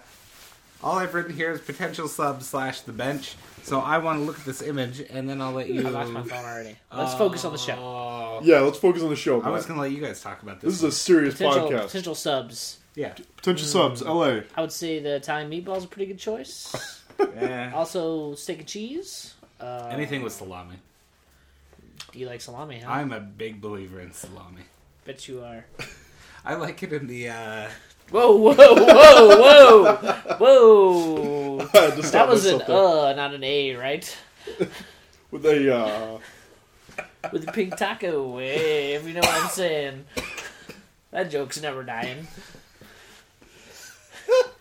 B: all I've written here is potential sub slash the bench. So I want to look at this image and then I'll let you.
A: I lost my phone already. Let's
B: Uh,
A: focus on the show.
B: Oh.
C: Yeah, let's focus on the show.
B: I was
C: Matt.
B: gonna let you guys talk about
C: This
B: this.
C: is a serious
A: Potential,
C: podcast.
A: potential subs.
B: yeah.
C: Potential subs, LA.
A: I would say the Italian meatballs a pretty good choice.
B: Yeah.
A: also, steak and cheese. Uh,
B: Anything with salami.
A: Do you like salami? Huh?
B: I'm a big believer in salami.
A: bet you are.
B: I like it in the uh
A: Whoa, whoa, whoa, whoa, whoa!
C: I had to
A: That
C: stop
A: was an
C: myself
A: uh,
C: there.
A: not an A, right?
C: With a uh,
A: With the pink taco, eh, if you know what I'm saying. That joke's never dying.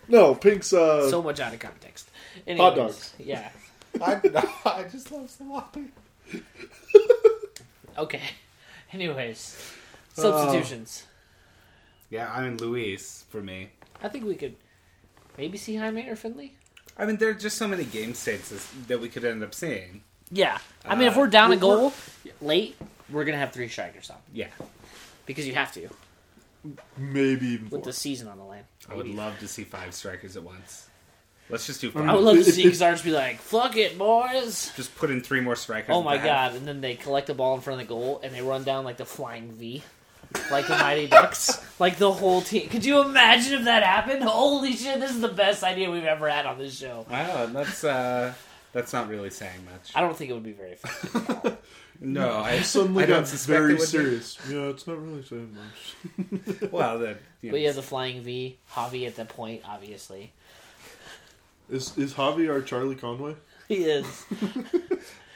C: no pink's uh,
A: So much out of context. Anyways,
C: Hot dogs.
A: Yeah.
B: I, I just love salami.
A: Okay. Anyways, substitutions.
B: Yeah, I mean Luis for me.
A: I think we could maybe see Jaime or Finley.
B: I mean there are just so many game states that we could end up seeing.
A: Yeah. I mean, if we're down a goal late, we're going to have three strikers up
B: Yeah,
A: because you have to
C: Maybe even four.
A: with the season on the line.
B: I would love to see five strikers at once. Let's just do
A: I
B: five.
A: would love to
C: If- if-
A: see Xar just be like, fuck it, boys.
B: Just put in three more strikers.
A: Oh
B: at
A: my
B: the half.
A: god. And then they collect the ball in front of the goal and they run down like the flying V. Like the Mighty Ducks. Like the whole team. Could you imagine if that happened? Holy shit, this is the best idea we've ever had on this show.
B: Wow, that's uh, that's not really saying much.
A: I don't think it would be very fun.
B: No, I
C: Suddenly
B: I don't
C: got
B: suspect it
C: very
B: would be.
C: serious. Yeah, it's not really saying much.
B: Well, the, you know,
A: But yeah, the flying V, Javi at the point, obviously.
C: Is is Javi our Charlie Conway?
A: He is.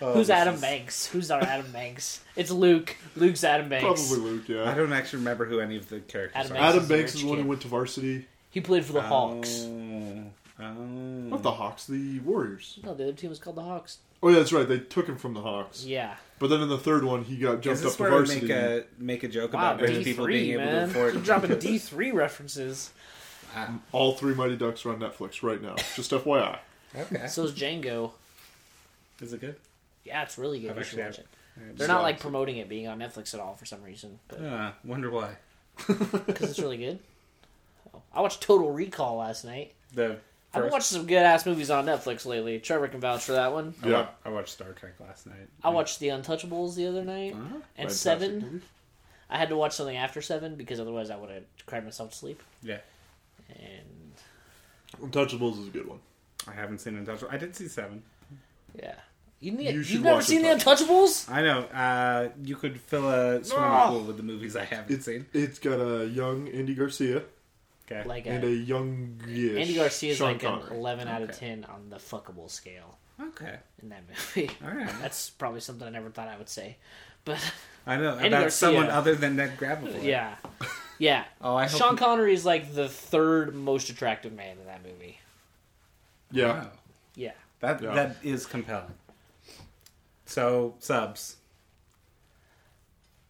B: oh,
A: Who's
B: this
A: Adam
B: is-
A: Banks? Who's our Adam Banks? It's Luke. Luke's Adam Banks.
C: Probably Luke. Yeah.
B: I don't actually remember who any of the characters
A: Adam
B: are.
A: Banks.
C: Adam
A: is the
C: Banks
A: rich
C: is the one
A: kid.
C: who went to varsity.
A: He played
B: Um,
A: for the Hawks.
B: Oh, oh.
C: Not the Hawks, the Warriors.
A: No, the other team was called the Hawks.
C: Oh yeah, that's right. They took him from the Hawks.
A: Yeah.
C: But then in the third one, he got
B: Is
C: jumped up
B: this
C: to
B: where we
C: varsity.
B: make a make a joke
A: Wow,
B: about rich
A: D
B: people
A: three
B: being
A: man.
B: able to afford?
A: Keep dropping D three references.
B: Wow.
C: All three Mighty Ducks are on Netflix right now. Just FYI.
B: Okay,
A: So is Django.
B: is it good?
A: Yeah, it's really good.
B: I've
A: You should
B: actually-
A: watch it.
B: Alright,
A: They're
B: so-
A: not like promoting it being on Netflix at all for some reason,
B: Ah, wonder why
A: because it's really good. Oh, I watched Total Recall last night.
B: the.
A: i I've
B: First,
A: watched some good ass movies on Netflix lately. Trevor can vouch for that one.
B: I wa-
C: Yeah.
B: I watched Star Trek last night.
A: I watched The Untouchables the other night,
B: Huh?
A: and
C: Fantastic
A: Seven.
C: movie.
A: I had to watch something after seven because otherwise I would have cried myself to sleep.
B: Yeah,
A: And
C: Untouchables is a good one.
B: I haven't seen Untouchable. I did see Seven.
A: yeah, you need,
C: You
A: you
C: should
A: have never
C: watch
A: seen The Untouchables?
B: I know. Uh, you could fill a swimming
A: Oh.
B: pool with the movies I haven't
C: It's,
B: seen.
C: it's got a young Andy Garcia
B: Okay.
A: Like
C: and
A: a,
C: a young
A: Andy Garcia is
C: Sean
A: like an
C: Connery.
A: eleven out of
B: Okay.
A: ten on the fuckable scale
B: okay.
A: in that movie.
B: All right.
A: That's probably something I never thought I would say, but
B: I know
A: Andy
B: about
A: Garcia.
B: someone other than Ned Grabavoid.
A: yeah, yeah.
B: Oh, I hope
A: Sean
B: you-
A: Connery is like the third most attractive man in that movie.
C: Yeah.
B: Wow.
A: Yeah,
B: That
C: Yeah.
B: that is compelling. So subs.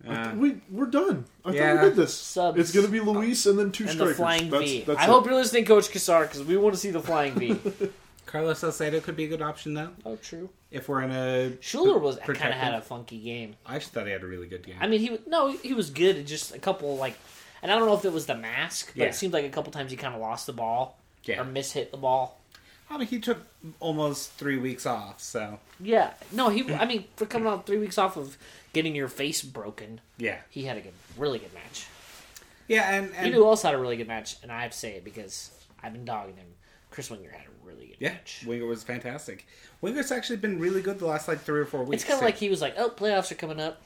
C: I
B: Uh,
C: th- we we're done. I
B: Yeah.
C: thought we did this.
A: Subs.
C: It's gonna be Luis and then two
A: and the
C: strikers.
A: flying
C: that's,
A: V. I
C: That's it.
A: hope you're listening, Coach Kassar, because we want to see the flying V.
B: Carlos Salcedo could be a good option though.
A: oh, true.
B: If we're in a
A: Schuler was
B: protect
A: kind of had
B: him.
A: a funky game.
B: I just thought he had a really good game.
A: I mean, he was no, he was good. It just a couple like, and I don't know if it was the mask, but
B: Yeah.
A: it seemed like a couple times he kind of lost the ball
B: Yeah.
A: or mishit the ball.
B: I mean, he took almost three weeks off, so
A: Yeah, no, he. I mean, for coming out three weeks off of getting your face broken,
B: yeah,
A: he had a good, really good match.
B: yeah, and,
A: You
B: and
A: know who else had a really good match? And I have to say it because I've been dogging him. Chris Winger had a really good
B: yeah,
A: match.
B: Winger was fantastic. Winger's actually been really good the last like three or four weeks.
A: It's kind of
B: too.
A: like he was like, "Oh, playoffs are coming up."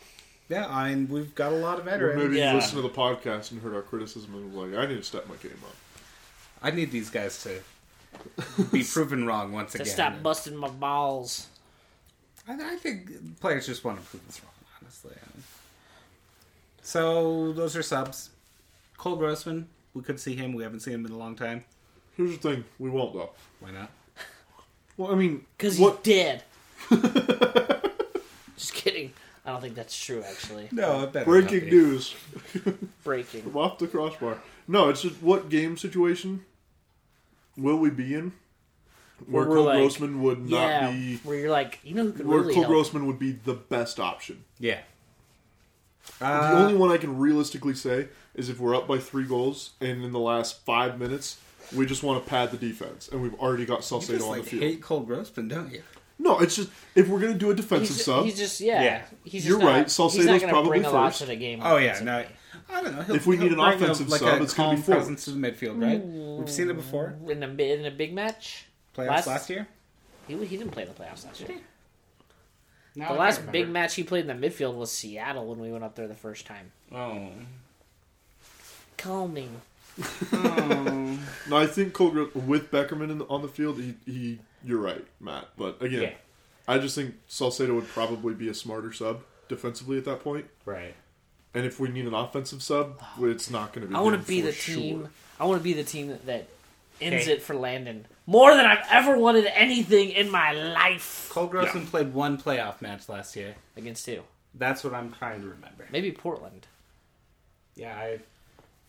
B: yeah, I mean, we've got a lot of
C: Or
B: veterans.
C: maybe
A: Yeah.
C: you listened to the podcast and heard our criticism and was like, I need to step my game up.
B: I need these guys to be proven wrong once
A: To
B: again.
A: stop busting my balls.
B: I, I think players just want to prove us wrong, honestly. So those are subs. Cole Grossman, we could see him. We haven't seen him in a long time.
C: Here's the thing, we won't though.
B: Why not?
C: Well, I mean,
A: Because he's
C: what?
A: dead. Just kidding. I don't think that's true, actually.
B: No, it better not
C: Breaking
B: be.
C: news
A: Breaking.
C: off the crossbar. No, it's just what game situation will we be in where
A: Where we're
C: Cole
A: like,
C: Grossman would not
A: yeah,
C: be,
A: where you're like, you know who could
C: where
A: really
C: Cole
A: help?
C: Grossman would be the best option.
B: Yeah.
A: Ah.
C: the
B: Uh,
C: only one I can realistically say is if we're up by three goals and in the last five minutes we just want to pad the defense and we've already got
B: you
C: Salcedo
B: just
C: on
B: like
C: the field.
B: hate Cole Grossman, don't you?
C: No, it's just if we're gonna do a defensive
A: He's,
C: sub,
A: he's just, yeah.
B: Yeah.
A: He's just
C: You're
A: not,
C: right,
A: He's not
C: Salcedo's
A: gonna
C: probably
A: bring a lot
C: first.
A: to the game.
B: Oh yeah, no.
A: offensively.
B: I don't know. He'll,
C: If we need
B: he'll
C: an
B: bring
C: offensive
B: a, like
C: sub,
B: a
C: it's gonna be
B: calm
C: forward.
B: presence to the midfield, right? We've seen it before.
A: In a, bi- in a big match?
B: Playoffs
A: Last-
B: last, year.
A: He, he didn't play in the playoffs last year.
B: Now
A: The
B: I
A: last
B: can't
A: big
B: remember.
A: match he played in the midfield was Seattle when we went up there the first time.
B: Oh.
A: Calming.
C: No, I think Cole Gro- with Beckerman in the, on the field, he, he you're right, Matt. But again,
B: Yeah.
C: I just think Salcedo would probably be a smarter sub defensively at that point.
B: Right.
C: And if we need an offensive sub, it's not going to be.
A: Oh. I want
C: him
A: to be
C: for
A: the
C: sure.
A: team. I want to be the team that, that ends
B: Okay.
A: it for Landon more than I've ever wanted anything in my life.
B: Cole Grossman played one playoff match last year.
A: Against who?
B: That's what I'm trying to remember.
A: Maybe Portland
B: Yeah, I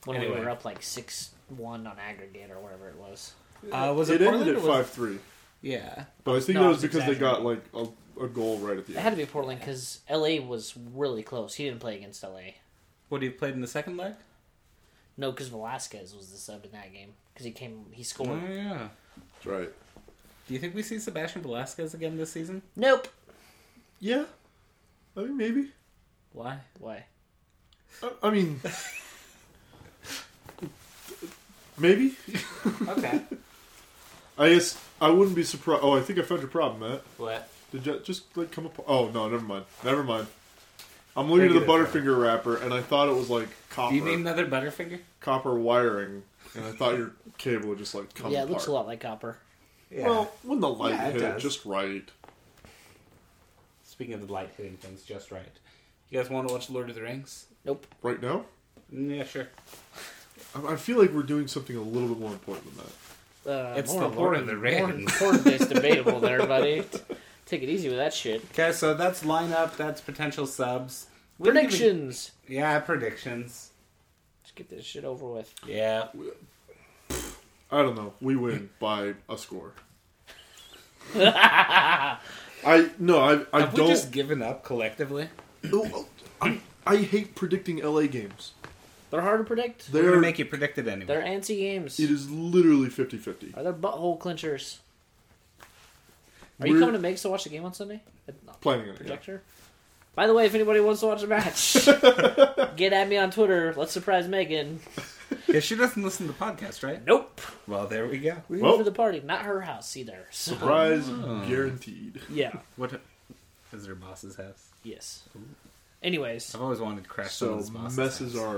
A: when we
B: Anyway.
A: were up like six one on aggregate or whatever it was.
B: Uh, was
C: It
B: it, Portland
C: ended
B: or
C: at
B: was-
C: five three,
B: Yeah.
C: but I think
A: No,
C: that
A: I
C: was
A: was
C: because they got like a a goal right at the
A: It had
C: end.
A: to be Portland because LA was really close. He didn't play against LA.
B: What he played in the second leg?
A: No, because Velasquez was the sub in that game because he came, he scored.
B: Oh yeah.
C: That's right.
B: Do you think we see Sebastian Velasquez again this season?
A: Nope.
C: Yeah. I mean, maybe.
B: Why?
A: Why?
C: I, I mean, maybe.
B: Okay.
C: I guess I wouldn't be surprised. Oh, I think I found your problem, Matt.
B: what?
C: Did you just like come up? Oh no, never mind. Never mind. I'm looking at the
B: Negative.
C: Butterfinger wrapper, and I thought it was like copper,
B: Do you need another Butterfinger?
C: copper wiring, and I thought your cable would just like come.
A: yeah, it
C: apart.
A: looks a lot like copper.
B: Yeah.
C: Well, when the light
B: Yeah, it
C: hit it
B: does.
C: just right.
B: Speaking of the light hitting things just right, you guys want to watch Lord of the Rings?
A: Nope.
C: Right now,
B: Mm, Yeah, sure.
C: I, I feel like we're doing something a little bit more important than that.
A: Uh,
B: It's
A: more
B: the Lord
A: important-
B: of the
A: more
B: Rings.
A: important is debatable there, buddy. Take it easy with that shit.
B: Okay, so that's lineup. That's potential subs. We didn't even-
A: Predictions.
B: Yeah, predictions.
A: Let's get this shit over with.
B: Yeah.
C: I don't know. We win by a score. I no, I I
B: Have
C: don't.
B: we just given up collectively?
C: I, I hate predicting LA games.
A: They're hard to predict.
B: We're
C: They're
B: gonna make you predict it anyway.
A: They're antsy games.
C: it is literally 50-50.
A: Are there butthole clinchers? Are
C: We're-
A: you coming to Megs to watch the game on Sunday? Uh, no,
C: Planning on it. yeah.
A: projector. By the way, if anybody wants to watch the match, get at me on Twitter. Let's surprise Megan.
B: Yeah, she doesn't listen to the podcast, right?
A: Nope.
B: Well, there we go.
A: We're
C: Well-
A: here for the party, not her house either. So
C: Prize
B: Oh.
C: guaranteed.
A: yeah.
B: What is her boss's house?
A: Yes. Anyways,
B: I've always wanted to crash
C: So
B: someone's boss's
C: messes
B: house.
C: are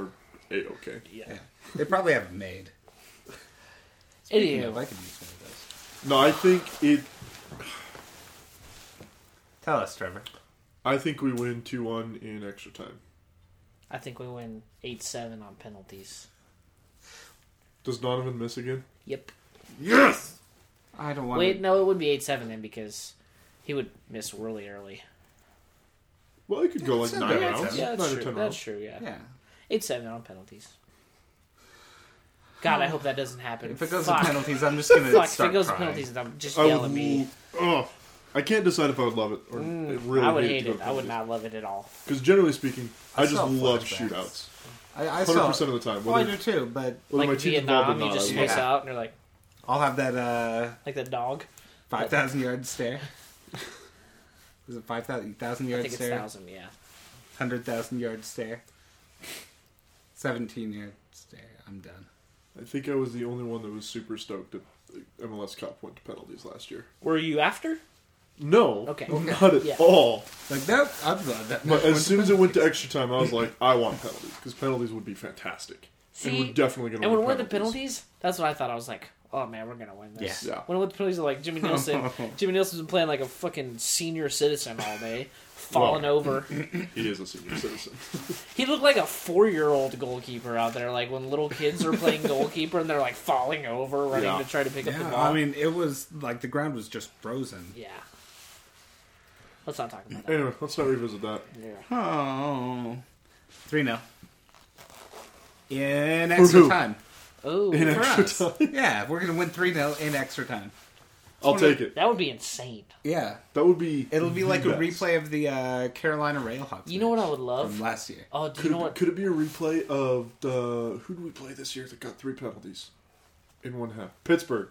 C: a okay.
A: yeah.
B: Yeah. They probably have a maid.
A: Anywho,
B: Yeah, I could use one of those.
C: No, I think it.
B: Tell us, Trevor.
C: I think we win two one in extra time.
A: I think we win eight seven on penalties.
C: Does Donovan miss again?
A: Yep.
C: Yes.
B: I don't want.
A: Wait, no, it would be eight seven then because he would miss really early.
C: Well, it could go like
B: That's
C: nine
B: okay.
C: rounds,
A: Yeah,
C: nine
A: that's
C: or
A: true.
C: ten
A: That's
C: rounds.
A: true. Yeah.
B: Yeah.
A: eight seven on penalties. God, I hope that doesn't happen.
B: If it goes
A: Fuck.
B: to penalties, I'm just gonna
A: Fuck, if
B: start
A: it goes to
B: crying.
A: penalties, I'm just
C: I
A: yell at
C: would.
A: me.
C: Oh, I can't decide if I would love it or really.
A: Mm, I would hate it. I would
C: not.
A: not love it at all.
C: Because generally speaking, I,
B: I
C: just
B: saw
C: love
B: flashbacks.
C: shootouts.
B: I, I
C: Hundred
B: saw.
C: percent of the time,
B: Well, I do
C: whether,
B: too, but
C: whether my
A: like
C: team's involved or
A: Vietnam, you
C: not.
A: just
C: I
B: will.
A: space out and you're like,
B: I'll have that uh,
A: like the dog.
B: five thousand yard stare. Is it five thousand
A: I
B: yard
A: think it's
B: stare?
A: thousand. Yeah.
B: Hundred thousand yard stare. Seventeen yard stare. I'm done.
C: I think I was the only one that was super stoked that uh, MLS Cup went to penalties last year.
A: Were you after?
C: No,
A: Okay.
C: not at
A: Yeah.
C: all.
B: Like that, I'm glad that.
C: But as soon as it went to extra time, I was like, I want penalties because penalties would be fantastic, and
A: See,
C: we're definitely going to.
A: And when we're the penalties, that's what I thought. I was like, oh man, we're gonna win this.
C: Yeah. Yeah.
A: When we're the penalties, are like Jimmy Nielsen. Jimmy Nielsen's been playing like a fucking senior citizen all day, falling over.
C: He is a senior citizen.
A: He looked like a four-year-old goalkeeper out there, like when little kids are playing goalkeeper and they're like falling over, running
C: Yeah.
A: to try to pick up the
B: yeah,
A: ball.
B: I mean, it was like the ground was just frozen.
A: yeah. Let's not talk about that.
C: anyway, let's not revisit that.
A: Yeah.
B: Oh, three now. In
C: For
B: extra
C: who?
B: time.
A: Oh,
C: In
B: For
C: extra
B: us.
C: time,
B: Yeah, we're gonna win three 0 in extra time.
C: I'll take it.
A: that would be insane.
B: Yeah,
C: That would be.
B: it'll be
C: the
B: like a
C: best.
B: replay of the uh, Carolina Railhawks.
A: You know what I would
B: From
A: love?
B: last year.
A: Oh, do
C: Could
A: you
C: it,
A: know what?
C: could it be a replay of the who did we play this year that got three penalties in one half? Pittsburgh.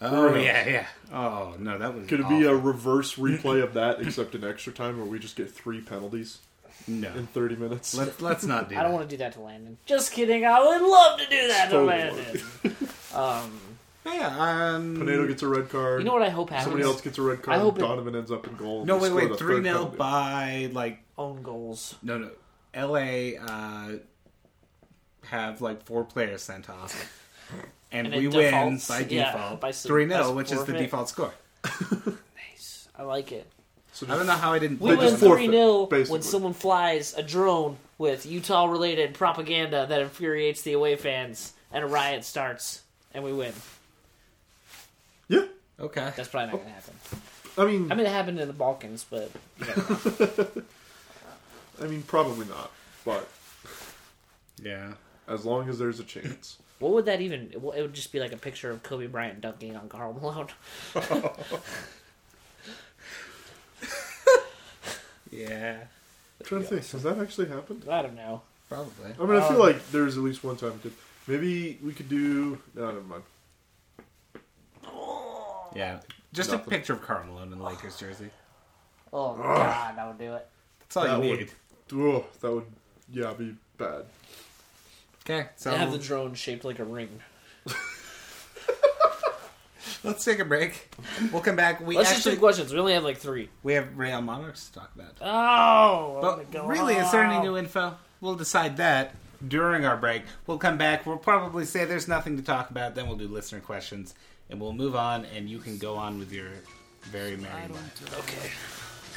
B: Oh
C: Bruins.
B: yeah, yeah. Oh no, that was.
C: Could it be a
B: awful.
C: reverse replay of that, except in extra time, where we just get three penalties in
B: no?
C: 30 minutes?
B: Let's let's not do.
A: I don't
B: that.
A: want to do that to Landon. Just kidding. I would love to do that to
C: Totally
A: Landon. um,
B: Yeah. Um.
C: Pinedo gets a red card.
A: you know what I hope happens?
C: Somebody else gets a red card.
A: I hope it-
C: Donovan ends up in goal.
B: no
C: They
B: wait
C: score
B: wait
C: the
B: three
C: third
B: 0
C: penalty.
B: by like
A: own goals.
B: no no L.A. Uh, have like four players sent off. And,
A: And it
B: we win
A: defaults-
B: by
A: yeah,
B: default
A: by s-
B: three 0
A: by
B: which is the
A: forfeit.
B: default score.
A: Nice. I like it.
C: So
B: I
C: just,
B: don't know how I didn't.
A: We
B: put
A: win
B: that
C: just
B: in.
C: forfeit,
A: 3 0
C: basically.
A: when someone flies a drone with Utah related propaganda that infuriates the away fans, and a riot starts, and we win.
C: yeah,
B: Okay.
A: That's probably not
B: Oh.
A: going to happen.
C: I mean,
A: I mean, it happened in the Balkans, but
C: I mean, probably not. But
B: Yeah.
C: as long as there's a chance,
A: what would that even. It would just be like a picture of Kobe Bryant dunking on Carl Malone.
B: Yeah,
C: trying to think, has that actually happened?
A: I don't know.
B: probably.
C: I mean, I feel
A: Um,
C: like there's at least one time. it did. Maybe we could do. No, never mind.
B: Yeah, just
C: Nothing.
B: a picture of Carl Malone in the Lakers jersey.
A: Oh god, I would do it.
B: That's all
C: That
B: you
C: would-
B: need.
C: Oh, that would, yeah, be bad.
B: Okay, so
A: I have the drone shaped like a ring.
B: let's take a break. We'll come back. We
A: Let's just do
B: actually
A: the questions. We only have like three.
B: we have Real Monarchs to talk about.
A: Oh,
B: But really, is there any new info? We'll decide that during our break. We'll come back. We'll probably say there's nothing to talk about. Then we'll do listener questions, and we'll move on. And you can go on with your very merry life.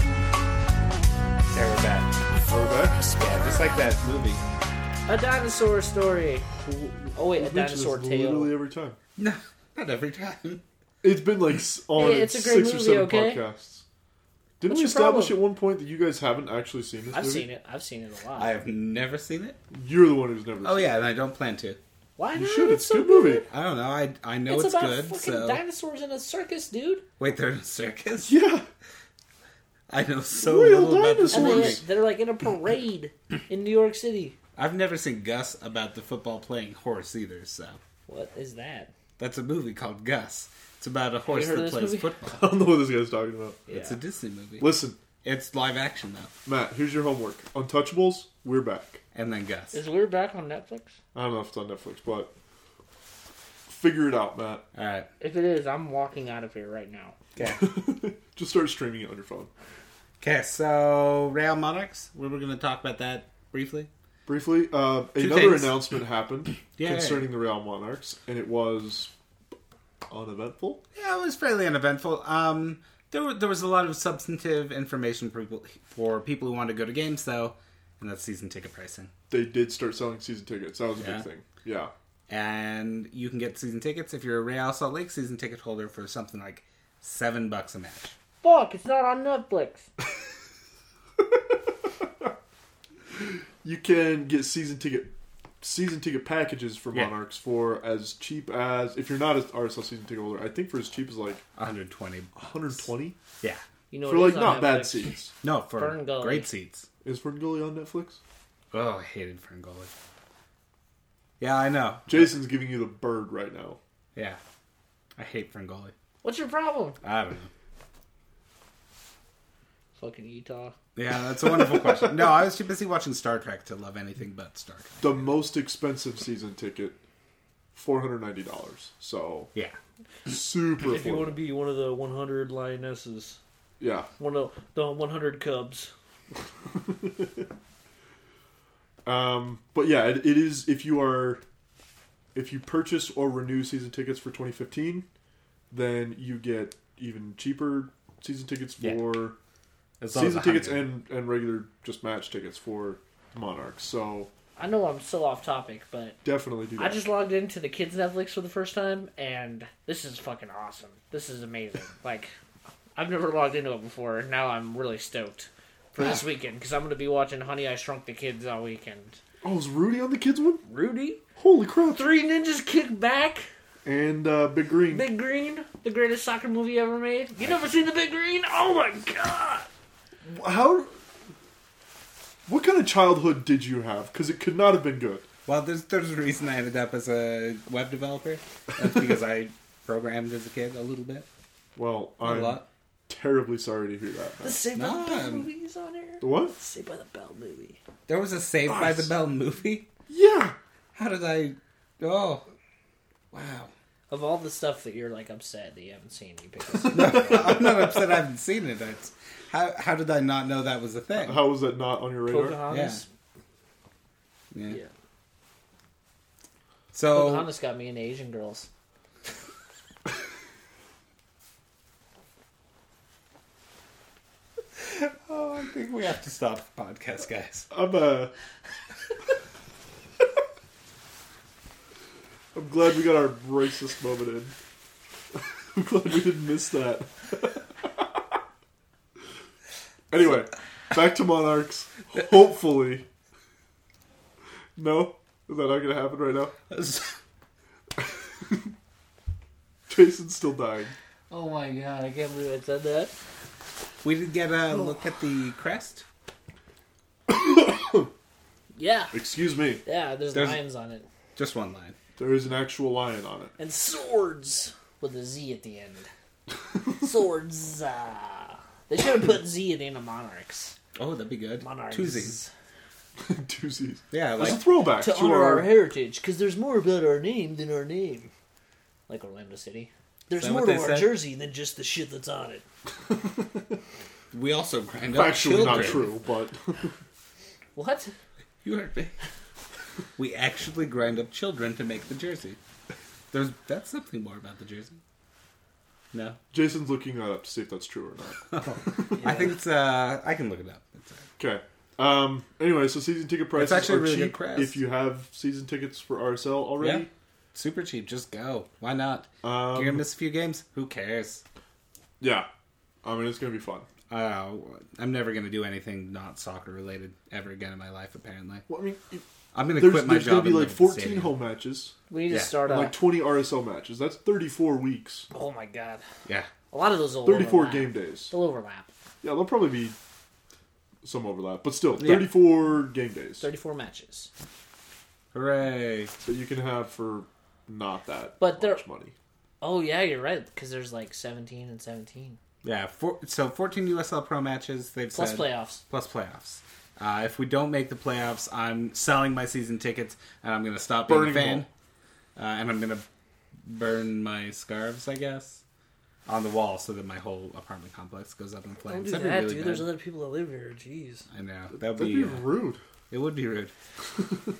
B: There we're back.
C: Are we back?
B: Yeah, just like that movie.
A: a dinosaur story? Oh wait, a
C: We've mentioned
A: dinosaur
C: this
A: tale.
C: Literally every time.
B: No, not every time.
C: It's been like s- on
A: Hey, it's a great
C: six or
A: movie,
C: seven
A: okay?
C: podcasts. Didn't
A: What's
C: we
A: your
C: establish
A: problem?
C: at one point that you guys haven't actually seen this
A: I've
C: movie?
A: seen it. I've seen it a lot.
B: I have never seen it.
C: You're the one who's never
B: Oh
C: seen
B: yeah, and I don't plan to.
A: Why
C: it. You
A: not?
C: should.
A: It's
C: It's a
A: Oh, so
C: good movie.
B: I don't know. I I know
A: It's,
B: it's,
A: about
B: good.
A: fucking
B: So
A: dinosaurs in a circus, dude.
B: wait, they're in a circus.
C: Yeah.
B: I know so
C: Real
B: little about this
A: And
C: dinosaurs.
A: they,
B: movie.
C: Course.
A: they're like in a parade in New York City.
B: I've never seen Gus about the football playing horse either. So
A: What is that?
B: that's a movie called Gus. It's about a horse
A: heard of
B: that
A: this
B: plays
A: movie?
B: football.
C: I don't know what this guy's talking about.
B: It's a Disney movie.
C: Listen,
B: It's live action though,
C: Matt, here's your homework. Untouchables, we're back.
B: and then Gus.
A: Is Weird back on Netflix?
C: I don't know if it's on Netflix, but figure it out, Matt.
B: All right.
A: If it is, I'm walking out of here right now.
B: Okay.
C: Just start streaming it on your phone.
B: okay. So Rail Monarchs. We were going to talk about that briefly.
C: Briefly, uh, another
B: things.
C: announcement happened
B: Yeah.
C: concerning the Real Monarchs, and it was uneventful.
B: Yeah, it was fairly uneventful. Um, there, were, there was a lot of substantive information for people, for people who wanted to go to games, though, and that's season ticket pricing.
C: They did start selling season tickets. That was a
B: Yeah.
C: big thing. Yeah.
B: And you can get season tickets if you're a Real Salt Lake season ticket holder for something like seven bucks a match.
A: Fuck, it's not on Netflix.
C: You can get season ticket season ticket packages for
B: Yeah.
C: Monarchs for as cheap as if you're not an RSL season ticket holder, I think for as cheap as like
B: 120.
C: 120
B: Yeah.
A: You know,
C: for
A: it
C: like
A: is on
C: not
A: Netflix.
C: bad seats.
B: No, for
A: Fern Gully.
B: great seats.
C: Is Ferngully on Netflix?
B: Oh, I hated Ferngully. Yeah, I know.
C: Jason's giving you the bird right now.
B: Yeah. I hate Ferngully.
A: What's your problem?
B: I don't know.
A: Fucking Utah.
B: Yeah, that's a wonderful question. No, I was too busy watching Star Trek to love anything but Star Trek.
C: The most expensive season ticket, four hundred ninety dollars. So
B: Yeah.
C: super.
E: If you want
C: affordable.
E: to be one of the 100 lionesses,
C: Yeah.
E: one of the 100 cubs.
C: Um, but yeah, it, it is if you are if you purchase or renew season tickets for 2015, then you get even cheaper season tickets
B: Yeah.
C: for
B: As long as
C: season tickets
B: 100.
C: and and regular just match tickets for Monarchs. So
A: I know I'm so off topic, but
C: definitely do that.
A: I just logged into the kids Netflix for the first time, and this is fucking awesome. This is amazing. like, I've never logged into it before. and Now I'm really stoked for this weekend because I'm gonna be watching Honey I Shrunk the Kids all weekend.
C: oh, is Rudy on the kids one?
A: Rudy,
C: Holy crap!
A: Three Ninjas Kick Back,
C: And uh, Big Green.
A: Big Green, the greatest soccer movie ever made. You never seen the Big Green? Oh my god!
C: How? What kind of childhood did you have? Because it could not have been good.
B: Well, there's there's a reason I ended up as a web developer. That's because I programmed as a kid a little bit,
C: Well,
B: a
C: I'm
B: lot.
C: terribly sorry to hear that.
A: The Saved by the
B: Nah.
A: Bell movie is on here.
C: What?
A: Saved by the Bell movie.
B: There was a Saved by the
C: Nice.
B: Bell movie.
C: Yeah.
B: How did I? Oh, wow!
A: Of all the stuff that you're like upset that you haven't seen, you pick. this.
B: I'm not upset I haven't seen it. It's, how how did I not know that was a thing?
C: How was that not on your radar?
B: Yeah.
A: Pocahontas.
B: Yeah.
A: Yeah.
B: So
A: Pocahontas got me into Asian girls.
B: oh, I think we have to stop the podcast, guys.
C: I'm uh I'm glad we got our racist moment in. I'm glad we didn't miss that. anyway, back to Monarchs. Hopefully. No? Is that not gonna happen right now? Jason's still dying.
A: Oh my god, I can't believe I said that.
B: We did get a look at the crest.
A: Yeah,
C: Excuse me.
A: yeah. There's,
B: There's-
A: lions on it
B: Just one line.
C: There is an actual lion on it.
A: and swords with a Z at the end. swords. Uh, they should have put Z at the end of monarchs.
B: Oh, that'd be good.
A: Monarchs.
B: Two Z's.
C: Doozies.
B: Yeah,
C: It's a
B: like
C: throwback
A: to,
C: to,
A: honor our,
C: our.
A: heritage, because there's more about our name than our name. Like Orlando City. There's
B: that
A: more
B: what they
A: to our
B: said?
A: jersey than just the shit that's on it.
B: we also grind up
C: Actually, not
B: children.
C: true, but
A: What?
B: You heard me. We actually grind up children to make the jersey. There's that's something more about the jersey. No,
C: Jason's looking that up to see if that's true or not.
B: I think it's. uh I can look it up. It's, uh,
C: Okay. Um, anyway, so season ticket prices
B: actually
C: are
B: a really good
C: cheap
B: crest.
C: if you have season tickets for RSL already.
B: Yeah, super cheap. Just go. Why not?
C: Um,
B: You're gonna miss a few games. Who cares?
C: Yeah. I mean, it's gonna be fun.
B: Uh, I'm never gonna do anything not soccer related ever again in my life. Apparently,
C: Well, I mean, it-
B: I'm gonna
C: there's,
B: quit my
C: there's
B: job.
C: gonna be
B: and
C: like
B: live at the
C: 14
B: stadium.
C: home matches,
A: We need
B: Yeah,
A: to start
C: and,
A: off.
C: like 20 RSL matches. That's 34 weeks,
A: oh my god.
B: Yeah,
A: A lot of those will
C: 34
A: overlap.
C: game days.
A: They'll overlap.
C: Yeah, there'll probably be some overlap, but still,
B: Yeah.
C: 34 game days
A: 34 matches.
B: hooray!
C: that you can have for not that
A: But they're-
C: much money.
A: Oh yeah, you're right. Because there's like 17 and 17
B: Yeah, four, so 14 USL Pro matches. They've
A: plus
B: said,
A: playoffs.
B: plus playoffs. Uh, if we don't make the playoffs, I'm selling my season tickets and I'm going to stop being
C: Burning
B: a
C: them
B: fan. Uh, and I'm going to burn my scarves, I guess, on the wall so that my whole apartment complex goes up in
A: Don't
B: flames.
A: do
B: That'd be
A: that,
B: really
A: dude.
B: bad.
A: There's other people that live here. Jeez.
B: I know that would
C: That'd
B: be,
C: be rude.
B: it would be rude.
A: Back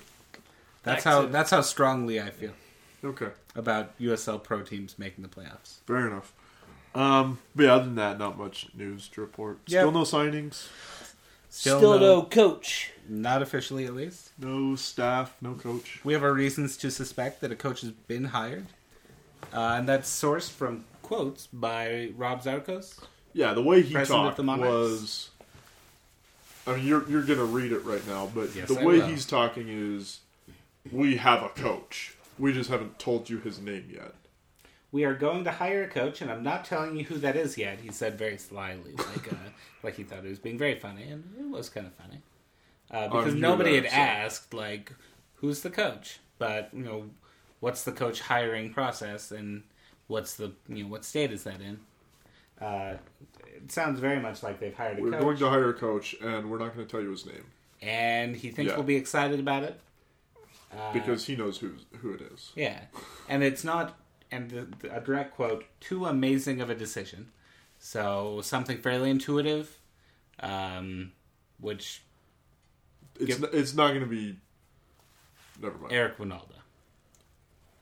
B: That's how
A: to-
B: that's how strongly I feel
C: Okay.
B: about USL Pro teams making the playoffs.
C: Fair enough. Um, but yeah, other than that, not much news to report.
B: Yeah.
C: Still no signings,
B: Still
A: Still,
B: no-
A: no. coach.
B: Not officially, at least.
C: no staff, no coach.
B: We have our reasons to suspect that a coach has been hired, uh, and that's sourced from quotes by Rob Zarkos.
C: Yeah, the way he
B: President of
C: talked
B: the Monarchs.
C: was. I mean, you're you're gonna read it right now, but
B: Yes,
C: the
B: I
C: way
B: will.
C: he's talking is, we have a coach. We just haven't told you his name yet.
B: We are going to hire a coach, and I'm not telling you who that is yet. He said very slyly, like uh, like he thought it was being very funny, and it was kind of funny uh, because
C: knew
B: nobody
C: that,
B: had
C: so-
B: asked like who's the coach, but you know what's the coach hiring process, and what's the you know what state is that in. Uh, it sounds very much like they've hired a
C: We're
B: coach.
C: going to hire a coach, and we're not going to tell you his name
B: and he thinks
C: Yeah.
B: we'll be excited about it. Ah.
C: because he knows who who it is.
B: Yeah, and it's not, and the, the, a direct quote, too amazing of a decision. So something fairly intuitive, um, which
C: It's
B: Yep.
C: n- it's not going to be. Never mind.
B: Eric Winalda.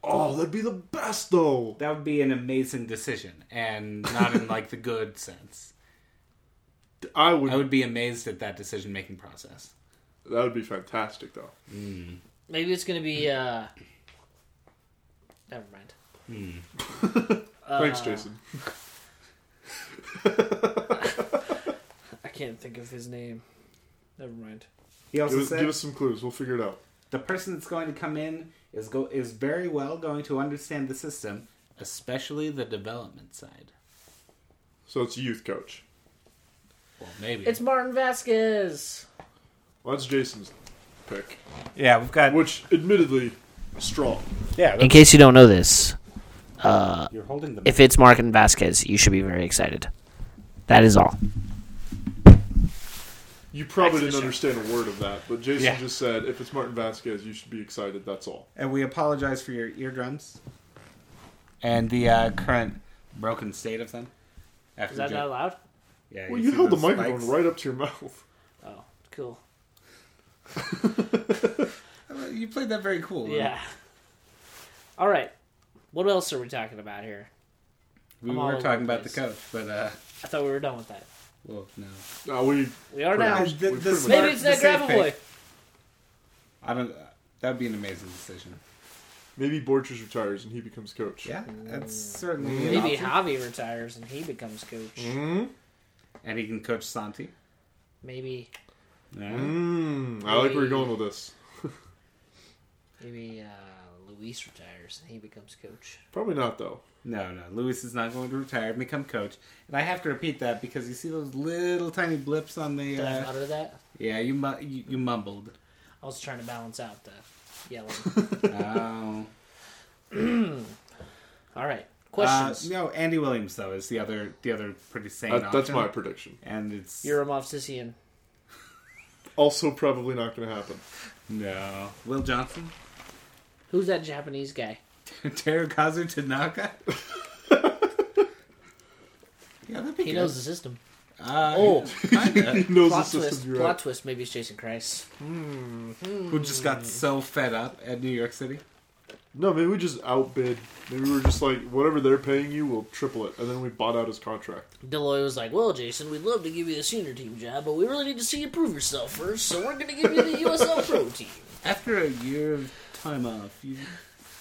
C: Oh, that'd be the best though.
B: That would be an amazing decision, and not in like the good sense.
C: I would.
B: I would be amazed at that decision making process.
C: That would be fantastic though.
A: Maybe it's gonna be. uh Never mind.
B: Uh,
C: Thanks, Jason.
A: I can't think of his name. Never mind.
B: He also
C: Give us,
B: said,
C: give us some clues. We'll figure it out.
B: the person that's going to come in is go is very well going to understand the system, especially the development side.
C: So it's a youth coach.
B: Well, maybe
A: It's Martin Vasquez.
C: Well, that's Jason's pick,
B: yeah. We've got
C: which admittedly strong.
B: yeah.
A: In case you don't know this,
B: You're holding the
A: if it's Martin Vasquez, you should be very excited. That is all.
C: You probably didn't
A: show.
C: understand a word of that, but Jason
B: Yeah.
C: just said, "If it's Martin Vasquez, you should be excited." That's all.
B: and we apologize for your eardrums and the uh, current broken state of them. After
A: Is that
B: Joe-
A: not allowed?
B: Yeah,
C: Well,
B: you
C: you
B: see
C: held the
B: those
C: microphone
B: spikes?
C: right up to your mouth.
A: Oh, cool.
B: Uh, You played that very cool. huh?
A: Yeah. All right. What else are we talking about here?
B: we
A: I'm all
B: were
A: over
B: talking
A: the
B: about the coach, but uh,
A: I thought we were done with that.
B: well, no.
C: Uh, we
A: We are now.
C: much.
B: The-
C: we
B: the
C: pretty much-
A: Maybe it's
B: the
A: that
B: safe
A: gravel
B: pick.
A: boy.
B: I don't. that'd be an amazing decision.
C: maybe Borchers retires and he becomes coach.
B: Yeah, that's certainly an
A: Maybe
B: option.
A: Javi retires and he becomes coach.
B: And he can coach Santi.
A: Maybe,
B: Yeah.
C: Mm-hmm. Mm, I like where you're going with this.
A: maybe uh, Luis retires and he becomes coach.
C: Probably not though.
B: No, no, Lewis is not going to retire and become coach. And I have to repeat that because you see those little tiny blips on the.
A: Did I
B: Uh,
A: mutter that?
B: yeah, you, mu- you you mumbled.
A: I was trying to balance out the yelling.
B: Oh.
A: All right.
B: Uh,
A: Questions.
B: no, Andy Williams though is the other the other pretty sane.
C: That, that's
B: option.
C: my prediction.
B: And it's
A: You're a Mofsisian.
C: Also, probably not going to happen.
B: no Will Johnson,
A: Who's that Japanese guy?
B: Terakazu Tanaka. yeah, that'd be
A: He
B: good.
A: knows the system.
B: Uh,
C: Oh.
B: kinda.
C: He knows the
A: Plot
C: system
A: twist.
C: you're
A: Plot
C: at.
A: twist. Maybe it's Jason Christ.
B: who just got so fed up at New York City.
C: No, maybe we just outbid. Maybe we're just like, whatever they're paying you, we'll triple it. And then we bought out his contract.
A: Deloy was like, "Well, Jason, we'd love to give you the senior team job, but we really need to see you prove yourself first. So we're going to give you the USL Pro team.
B: After a year of time off, you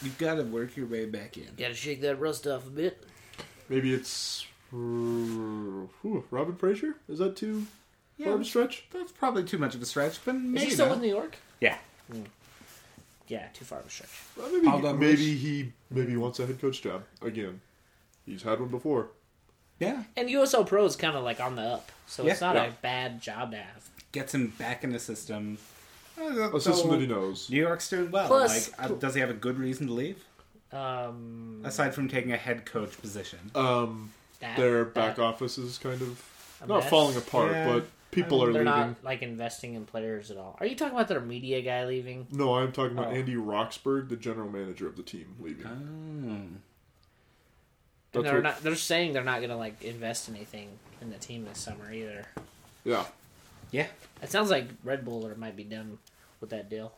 B: you've got to work your way back in.
A: Got to shake that rust off a bit.
C: Maybe it's. Ooh, Robin Fraser? Is that too far of a stretch?
B: That's probably too much of a stretch, but
A: Is
B: maybe
A: he still
B: not.
A: with New York?
B: yeah.
A: Yeah, too far of a stretch.
C: Well, Uh, maybe
B: Although-
C: maybe he maybe he wants a head coach job again. He's had one before.
B: Yeah,
A: And USL Pro is kind of like on the up, so it's
B: Yeah.
A: not
C: Yeah.
A: a bad job to have.
B: gets him back in the system.
C: A system that he Oh, knows.
B: New York's doing well.
A: Plus-
B: like, uh, does he have a good reason to leave
A: Um,
B: aside from taking a head coach position?
C: Um,
A: that,
C: their back
A: that-
C: office is kind of
A: A
C: not
A: mess.
C: falling apart,
B: Yeah.
C: but people are
A: They're
C: leaving.
A: not like investing in players at all. Are you talking about their media guy leaving?
C: No, I'm talking about
B: Oh.
C: Andy Roxburgh, the general manager of the team, leaving.
B: Hmm.
A: And
C: That's
A: they're
C: what-
A: not. They're saying they're not going to like invest anything in the team this summer either.
C: Yeah,
B: Yeah,
A: It sounds like Red Bull might be done with that deal.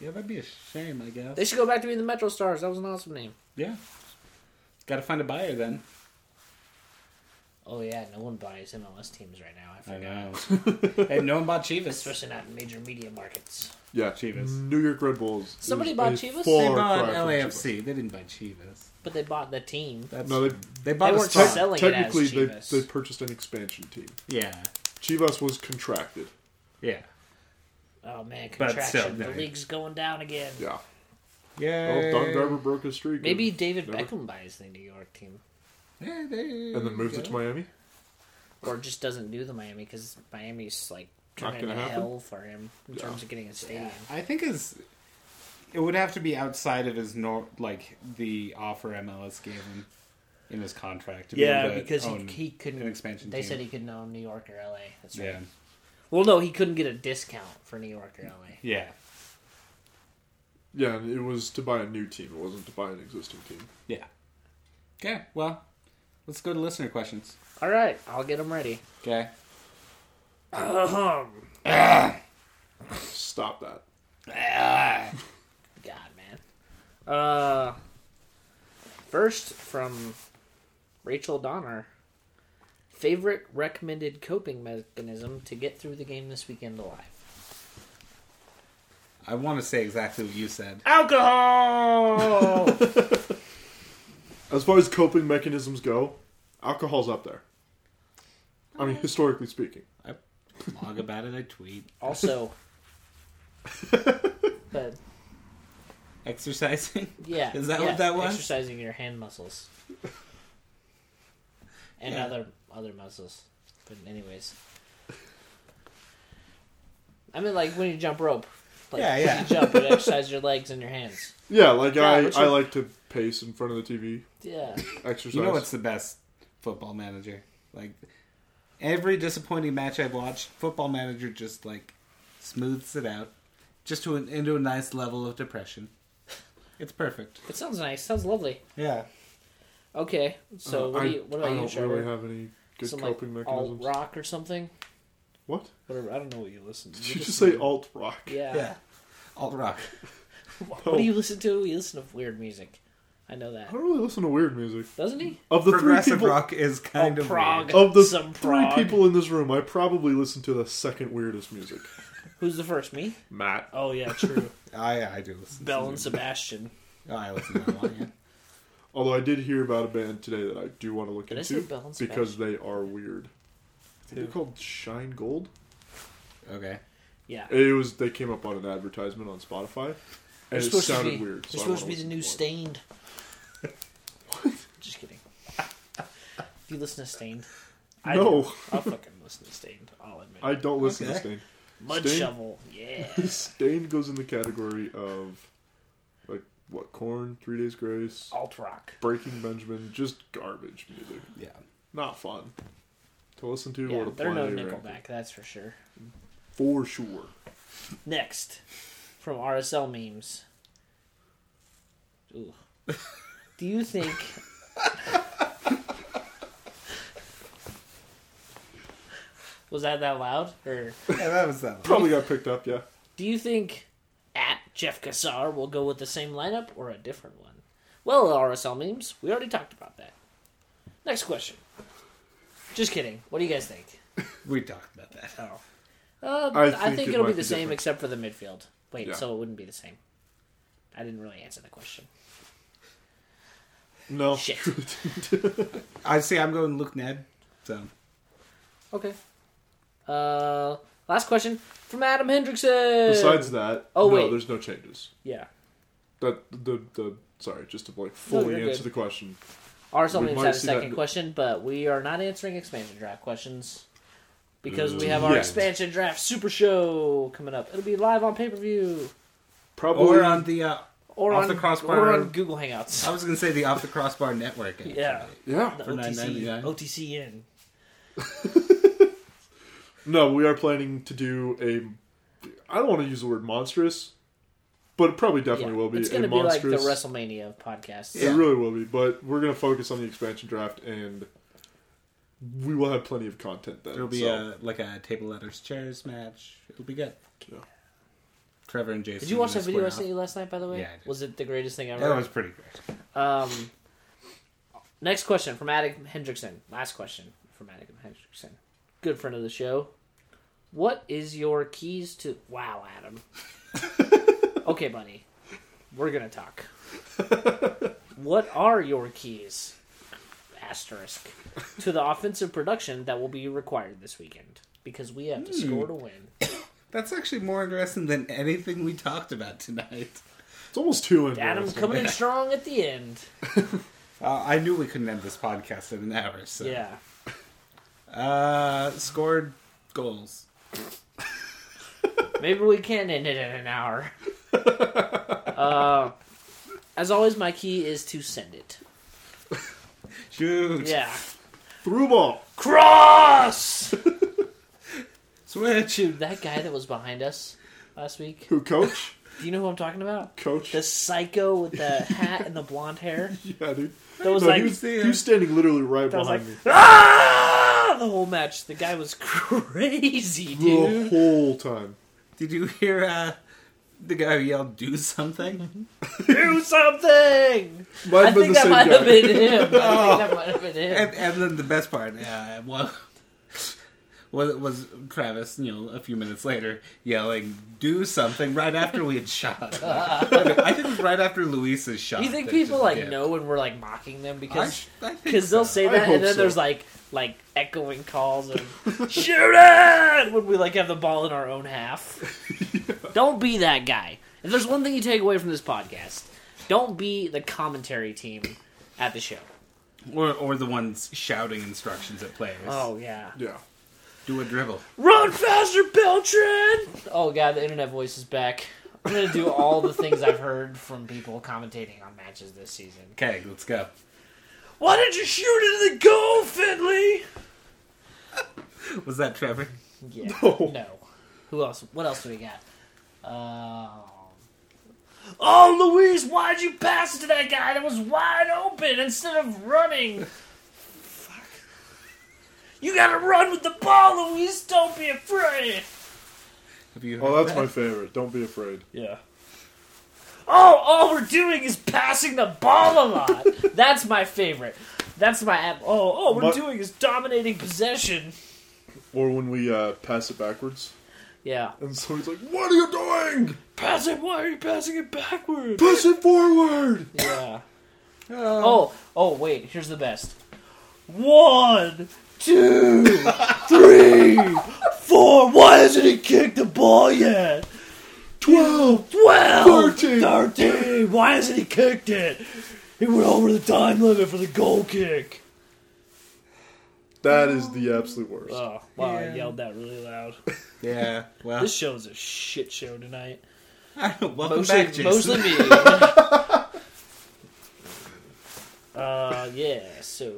B: yeah, that'd be a shame, I guess.
A: They should go back to being the Metro Stars. That was an awesome name.
B: Yeah, got to find a buyer then.
A: Oh yeah, no one buys MLS teams right now. I
B: I
A: forgot.
B: know. hey, no one bought Chivas.
A: Especially not in major media markets.
C: yeah.
B: Chivas.
C: New York Red Bulls. is
A: Somebody
C: a
A: bought Chivas?
C: far
B: They
C: cry
B: bought
C: from
B: LAFC. They didn't buy Chivas.
A: But they bought the team.
B: That's
C: No, they-
B: they bought
A: They
B: a
A: weren't
B: spot.
C: Chivas.
A: selling- it as
C: Technically, they,
A: Chivas.
C: they purchased an expansion team.
B: Yeah,
C: Chivas was contracted.
B: yeah,
A: Oh man,
B: But
A: contraction.
B: still,
A: the
B: no.
A: league's going down again.
C: Yeah.
B: yeah.
C: Well, Oh, Don Garber broke his streak.
A: Maybe
C: and,
A: David
C: Never-
A: Beckham buys the New York team,
B: Yeah, they-
C: and then moved it to Miami.
A: or just doesn't do the Miami because Miami's like
C: Not
A: turning
C: gonna
A: to
C: happen.
A: hell for him in terms of getting a stadium.
B: I think his it would have to be outside of his nor like the offer MLS gave him in his contract. To be
A: Yeah,
B: able to
A: because he,
B: own-
A: he couldn't.
B: an expansion
A: They
B: team.
A: said he couldn't own New York or L.A. That's right.
B: yeah
A: Well, no, he couldn't get a discount for New York or L.A.
B: yeah
C: Yeah, and it was to buy a new team. It wasn't to buy an existing team.
B: yeah. Okay, well, let's go to listener questions.
A: All right, I'll get him ready.
B: Okay,
C: Stop that.
A: God, man. Uh, first from Rachel Donner. Favorite recommended coping mechanism to get through the game this weekend alive.
B: I want to say exactly what you said.
A: Alcohol.
C: As far as coping mechanisms go, alcohol's up there. I mean, historically speaking.
B: I blog about it. I tweet.
A: also, but
B: Exercising.
A: yeah,
B: Is that
A: yeah,
B: what that was?
A: Exercising your hand muscles and
B: Yeah.
A: other other muscles. But anyways, I mean, like when you jump rope. Like,
B: Yeah, yeah.
A: You jump and exercise your legs and your hands.
C: Yeah, like
A: Yeah,
C: I,
A: what's
C: I
A: your-
C: like to pace in front of the TV,
A: Yeah.
C: exercise.
B: You know what's the best football manager? Like every disappointing match I've watched, football manager just like smooths it out, just to an, into a nice level of depression. It's perfect.
A: It sounds nice. Sounds lovely.
B: Yeah.
A: Okay. So
C: Uh,
A: what
C: I,
A: do you what about
C: I
A: you,
C: don't
A: Trevor?
C: really have any good
A: Some like
C: coping
A: alt
C: mechanisms.
A: rock or something?
C: What?
A: Whatever. I don't know what you listen to.
C: Did you just say alt rock?
A: Yeah.
B: Yeah. Uh, Alt rock.
A: What, do you listen to? You listen to weird music. I know that.
C: I don't really listen to weird music.
A: Doesn't he?
C: Of the three
B: Progressive
C: people,
B: rock is kind
A: Oh,
B: of
A: prog.
B: weird.
C: of the
A: Some
C: three
A: prog.
C: people in this room, I probably listen to the second weirdest music.
A: Who's the first? Me?
C: Matt,
A: Oh yeah, true.
B: I I do listen.
A: Bell
B: to
A: and Sebastian.
B: Oh, I listen to that one. Yeah.
C: although I did hear about a band today that I do want to look
A: Did I
C: into
A: say Bell and
C: because they are weird. They're called Shine Gold.
B: Okay.
A: Yeah.
C: It was they came up on an advertisement on Spotify, and it
A: supposed to
C: sounded
A: be,
C: weird. so
A: It's
C: I
A: supposed to be
C: wanna
A: the
C: listen
A: new
C: more.
A: Stained. Just kidding. If you listen to Stained, I
C: No.
A: do. I'll fucking listen to Stained. I'll admit.
C: I don't listen
B: Okay.
C: to Stain.
A: Mud
C: Stained-
A: shovel. Yeah.
C: Stain goes in the category of like what corn, Three Days Grace,
A: Alt rock.
C: Breaking Benjamin, just garbage music.
B: Yeah.
C: Not fun to listen to or
A: Yeah,
C: to
A: they're
C: play.
A: no
C: or anything.
A: Nickelback, that's for sure.
C: for sure.
A: Next, from RSL memes. Ooh. Do you think? Was that that loud? Or
B: Yeah, that was uh, that one.
C: Probably got picked up. Yeah,
A: do you think at Jeff Kassar will go with the same lineup or a different one? Well, RSL memes, we already talked about that. Next question. Just kidding. What do you guys think?
B: We talked about that.
A: Oh. Uh,
C: I
A: I
C: think
A: think,
C: it
A: it will
C: might
A: be
C: be
A: the same
C: different.
A: except for the midfield. Wait,
C: Yeah.
A: so it wouldn't be the same. I didn't really answer the question.
C: no.
A: Shit.
B: I see. I'm going Luke Ned. So
A: Okay. Uh, last question from Adam Hendrickson.
C: Besides that,
A: Oh,
C: no,
A: wait.
C: there's no changes.
A: yeah,
C: That the the sorry, just to like
A: No,
C: fully
A: you're
C: answer
A: good.
C: the question.
A: ours only
C: might
A: had a
C: see that
A: second
C: in-
A: question, but we are not answering expansion draft questions because we have our
C: Yet.
A: expansion draft super show coming up. It'll be live on pay per view
C: Probably
B: or on the. Uh,
A: or
B: Off
A: on
B: the crossbar.
A: or on Google Hangouts.
B: I was gonna say the off the crossbar network. actually.
A: Yeah,
C: yeah.
A: the
B: For
A: OTC,
B: $9.99.
A: OTCN.
C: No, we are planning to do a. I don't want to use the word monstrous, but it probably definitely
A: Yeah,
C: will be
A: it's
C: a
A: going to be like the
C: monstrous.
A: WrestleMania podcast.
C: It really will be, but we're going to focus on the expansion draft, and we will have plenty of content then.
B: It'll be
C: so.
B: uh like a table letters chairs match. It'll be good.
C: Yeah.
B: Trevor and Jason.
A: Did you watch
B: are
A: that video I
B: gonna
A: sent
B: square
A: you last night? By the way,
B: Yeah, I did.
A: was it the greatest thing
B: off.
A: ever?
B: That was pretty great.
A: Um, next question from Adam Hendrickson. Last question from Adam Hendrickson. Good friend of the show. What is your keys to? Wow, Adam. okay, buddy. We're gonna talk. what are your keys? Asterisk to the offensive production that will be required this weekend because we have to
B: Hmm.
A: score to win.
B: That's actually more interesting than anything we talked about tonight.
C: It's almost two in
A: Adam coming in strong at the end.
B: Uh, I knew we couldn't end this podcast in an hour. So
A: Yeah.
B: Uh, scored goals.
A: Maybe we can end it in an hour. uh, as always, my key is to send it.
B: Shoot.
A: Yeah.
C: Through ball.
A: Cross!
B: Switch.
A: Dude, that guy that was behind us last week,
C: Who, coach?
A: do you know who I'm talking about?
C: coach?
A: The psycho with the hat and the blonde hair.
C: Yeah, dude.
A: That was
C: No,
A: like,
C: he, was,
A: that
C: he was standing literally right
A: was
C: behind
A: like,
C: me
A: ah! The whole match. The guy was crazy,
C: the
A: dude.
C: whole time.
B: Did you hear uh, the guy who yelled "Do something"?
A: Do something!
C: Might
A: I
C: have been
A: think
C: the
A: that
C: same
A: might
C: guy.
A: have been him. I think that might have been him.
B: and, and then the best part, uh, well, was was Travis, you know, a few minutes later yelling "Do something" right after we had shot. I think it was right after Luis's shot.
A: You think
B: that
A: people
B: just
A: like
B: dipped.
A: know when we're like mocking them
B: I,
A: because
B: sh- I think
A: because they'll
B: so.
A: say
C: I
A: that
C: hope
A: and then
C: so.
A: there's like like echoing calls of shoot it when we like have the ball in our own half. Don't be that guy. If there's one thing you take away from this podcast, don't be the commentary team at the show.
B: or or the ones shouting instructions at players.
A: Oh yeah,
C: Yeah.
B: do a dribble.
A: run faster, Beltran! Oh god, the internet voice is back. I'm gonna do all the things I've heard from people commentating on matches this season.
B: Okay, let's go.
A: Why did you shoot into the goal, Finley?
B: Was that Trevor?
A: Yeah.
C: No.
A: No. Who else? What else do we got? Um oh, Luis, why'd you pass it to that guy that was wide open instead of running? Fuck. You gotta run with the ball, Luis. Don't be afraid.
B: Have you?
C: Oh,
B: heard
C: that's my favorite. Don't be afraid.
A: Yeah. Oh, all we're doing is passing the ball a lot. That's my favorite. That's my app. Oh, all we're
C: My-
A: doing is dominating possession.
C: Or when we uh, pass it backwards.
A: Yeah.
C: And so he's like, What are you doing?
A: Pass it. Why are you passing it backwards?
C: Push it forward!
A: Yeah.
B: Oh.
A: Oh, oh, wait. Here's the best. One, two, three, four. Why hasn't he kicked the ball yet?
C: 12!
E: 12,
C: 13.
E: 13. Why hasn't he kicked it? He went over the time limit for the goal kick.
C: That is the absolute worst.
A: Uh,
E: Oh, wow,
B: Yeah.
E: I yelled that really loud.
B: Yeah. Well,
E: This show's a shit show tonight.
B: welcome
A: Mostly,
B: back, Jason.
A: mostly me.
E: Uh, yeah, so.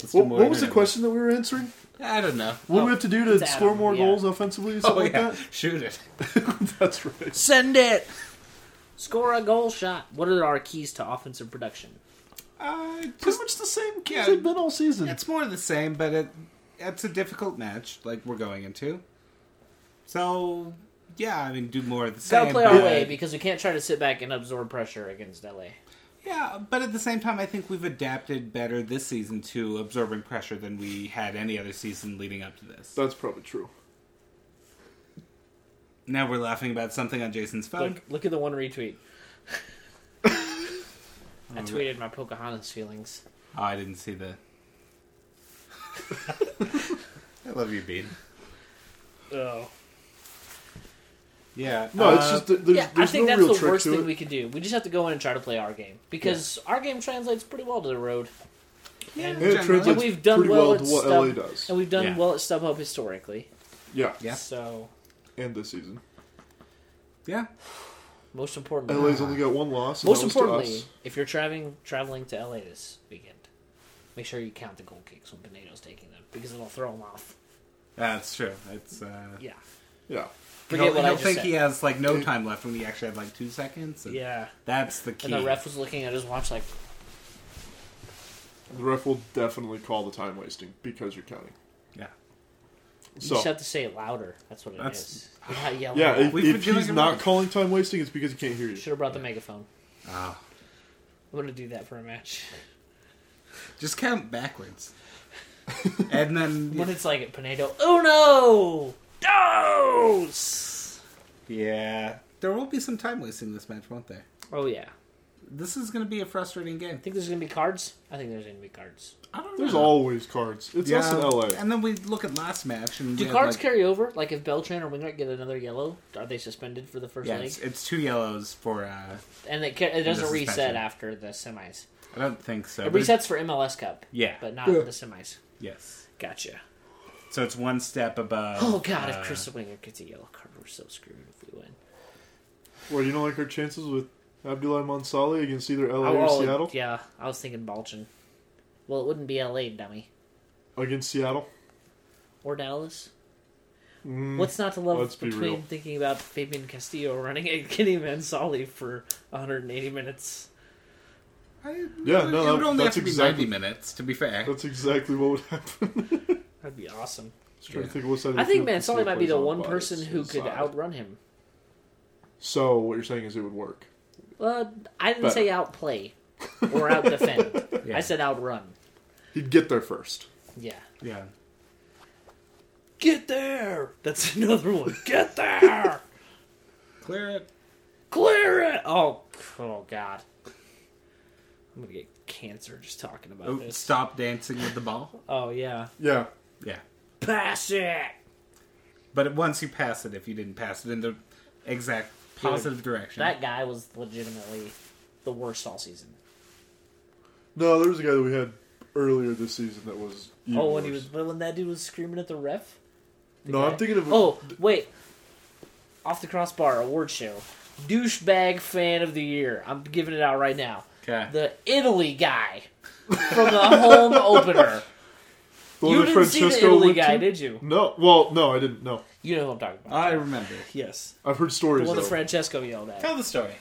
B: Let's do
C: What,
B: more
C: what was the
B: internet.
C: question that we were answering?
B: I don't know.
C: What
A: Oh,
C: do we have to do to
E: Adam,
C: score more
E: yeah.
C: goals offensively? and
B: Oh
C: Something
B: yeah,
C: like
B: shoot it.
C: that? That's right.
A: Send it. Score a goal shot. What are our keys to offensive production?
B: Uh,
C: Pretty much the same
B: yeah.
C: as they've been all season.
B: It's more of the same, but it it's a difficult match like we're going into. So yeah, I mean, do more of the same.
A: Gotta play our
B: but-
A: way because we can't try to sit back and absorb pressure against LA.
B: Yeah, but at the same time, I think we've adapted better this season to absorbing pressure than we had any other season leading up to this.
C: That's probably true.
B: Now we're laughing about something on Jason's phone.
A: Look, look at the one retweet. I tweeted my Pocahontas feelings.
B: Oh, I didn't see the. I love you, Bean.
E: Oh.
B: Yeah.
C: No, it's
B: uh,
C: just that there's,
A: yeah, I
C: there's
A: think
C: no
A: that's
C: real
A: the
C: trick
A: worst
C: to
A: thing
C: it.
A: we could do. We just have to go in and try to play our game because our game translates pretty well to the road.
B: yeah,
A: and
C: And it
B: generally.
C: translates
A: we've done
C: pretty
A: well
C: well,
A: at
C: to what
A: Stub-
C: LA does.
A: And we've done
B: Yeah.
A: well at StubHub historically.
C: Yeah,
B: Yeah.
A: So,
C: and this season.
B: Yeah.
A: most importantly,
C: LA's only got one loss. And
A: most
C: that was to
A: importantly,
C: us.
A: if you're traveling traveling to LA this weekend, make sure you count the goal kicks when Pinedo's taking them because it'll throw him off.
B: That's true. It's. Uh,
A: Yeah.
C: yeah,
A: Forget
B: he'll,
A: what I
B: he'll
A: just
B: think
A: said.
B: he has like no time left when he actually had like two seconds. and
A: Yeah.
B: That's the key.
A: And the ref was looking at his watch like,
C: the ref will definitely call the time wasting because you're counting.
B: Yeah.
A: you
C: So
A: just have to say it louder. That's what it
B: That's-
A: is. You're not yelling.
C: yeah, if,
B: We've been
C: if
B: doing
C: he's
B: it
C: not
B: wrong.
C: calling time wasting, it's because he can't hear you.
A: Should have brought the megaphone.
B: Oh.
A: I'm going to do that for a match.
B: Just count backwards. and then
A: When it's like at Pinedo, oh no! Dos!
B: yeah, there will be some time wasting this match, won't there?
A: Oh yeah.
B: This is going to be a frustrating game.
A: Think there's going to be cards? I think there's going to be cards.
B: I don't
C: There's
B: know.
C: always cards. It's us in LA.
B: And then we look at last match and
A: Do
B: we had,
A: cards
B: like,
A: carry over? Like if Beltran or Wingert get another yellow, are they suspended for the first
B: Yeah,
A: leg?
B: it's, it's two yellows for. uh
A: And it, ca- it doesn't
B: the
A: reset
B: suspension.
A: after the semis.
B: I don't think so.
A: It
B: but
A: resets
B: it's-
A: for MLS Cup.
B: Yeah.
A: But not the semis.
B: yes.
A: Gotcha.
B: So it's one step above.
A: Oh god, if
B: uh,
A: Chris Winger gets a yellow card, we're so screwed if we win.
C: Well, you don't like our chances with Abdullah Mansali against either LA
A: Oh,
C: or
A: oh,
C: Seattle?
A: Yeah, I was thinking Balchin. Well, it wouldn't be LA, dummy.
C: Against Seattle?
A: Or Dallas.
C: Mm,
A: What's not to love
C: let's be
A: between
C: real.
A: thinking about Fabian Castillo running at Kenny Mansali for 180 minutes?
B: I-
C: Yeah, no,
B: it would
C: that-
B: only have
C: that's
B: to be 90
C: exactly-
B: minutes, to be fair.
C: That's exactly what would happen. I
A: That'd be awesome.
C: was trying
B: Yeah.
C: to think of what side of the
A: I think
C: field this
A: Mansali
C: team
A: might be
C: plays
A: the
C: on,
A: one
C: but
A: person
C: it's
A: who could
C: inside.
A: outrun him.
C: So, what you're saying is it would work.
A: Uh, I didn't
C: Better.
A: say outplay or outdefend.
B: Yeah.
A: I said outrun.
C: He'd get there first.
A: Yeah.
B: Yeah.
E: Get there! That's another one. Get there!
B: Clear it.
E: Clear it!
A: Oh, oh God. I'm gonna get cancer just talking about
B: Oh,
A: this.
B: stop dancing with the ball.
A: Oh yeah.
C: Yeah.
B: Yeah.
E: Pass it!
B: But once you pass it, if you didn't pass it in the exact positive direction,
A: That guy was legitimately the worst all season.
C: No, there was a guy that we had earlier this season that was. Even
A: oh, when he
C: worse.
A: was when that dude was screaming at the ref.
C: No, I'm thinking of.
A: Oh wait, off the crossbar award show, douchebag fan of the year. I'm giving it out right now.
B: Okay.
A: The Italy guy from the home opener.
C: the one
A: You
C: that
A: didn't see the
C: Francesco
A: Italy
C: went
A: guy,
C: to?
A: did you?
C: No. Well, no, I didn't. No.
A: You know who I'm talking about.
B: I remember.
A: yes.
C: I've heard stories.
A: The one that
C: though.
A: Francesco yelled at.
B: Tell the story.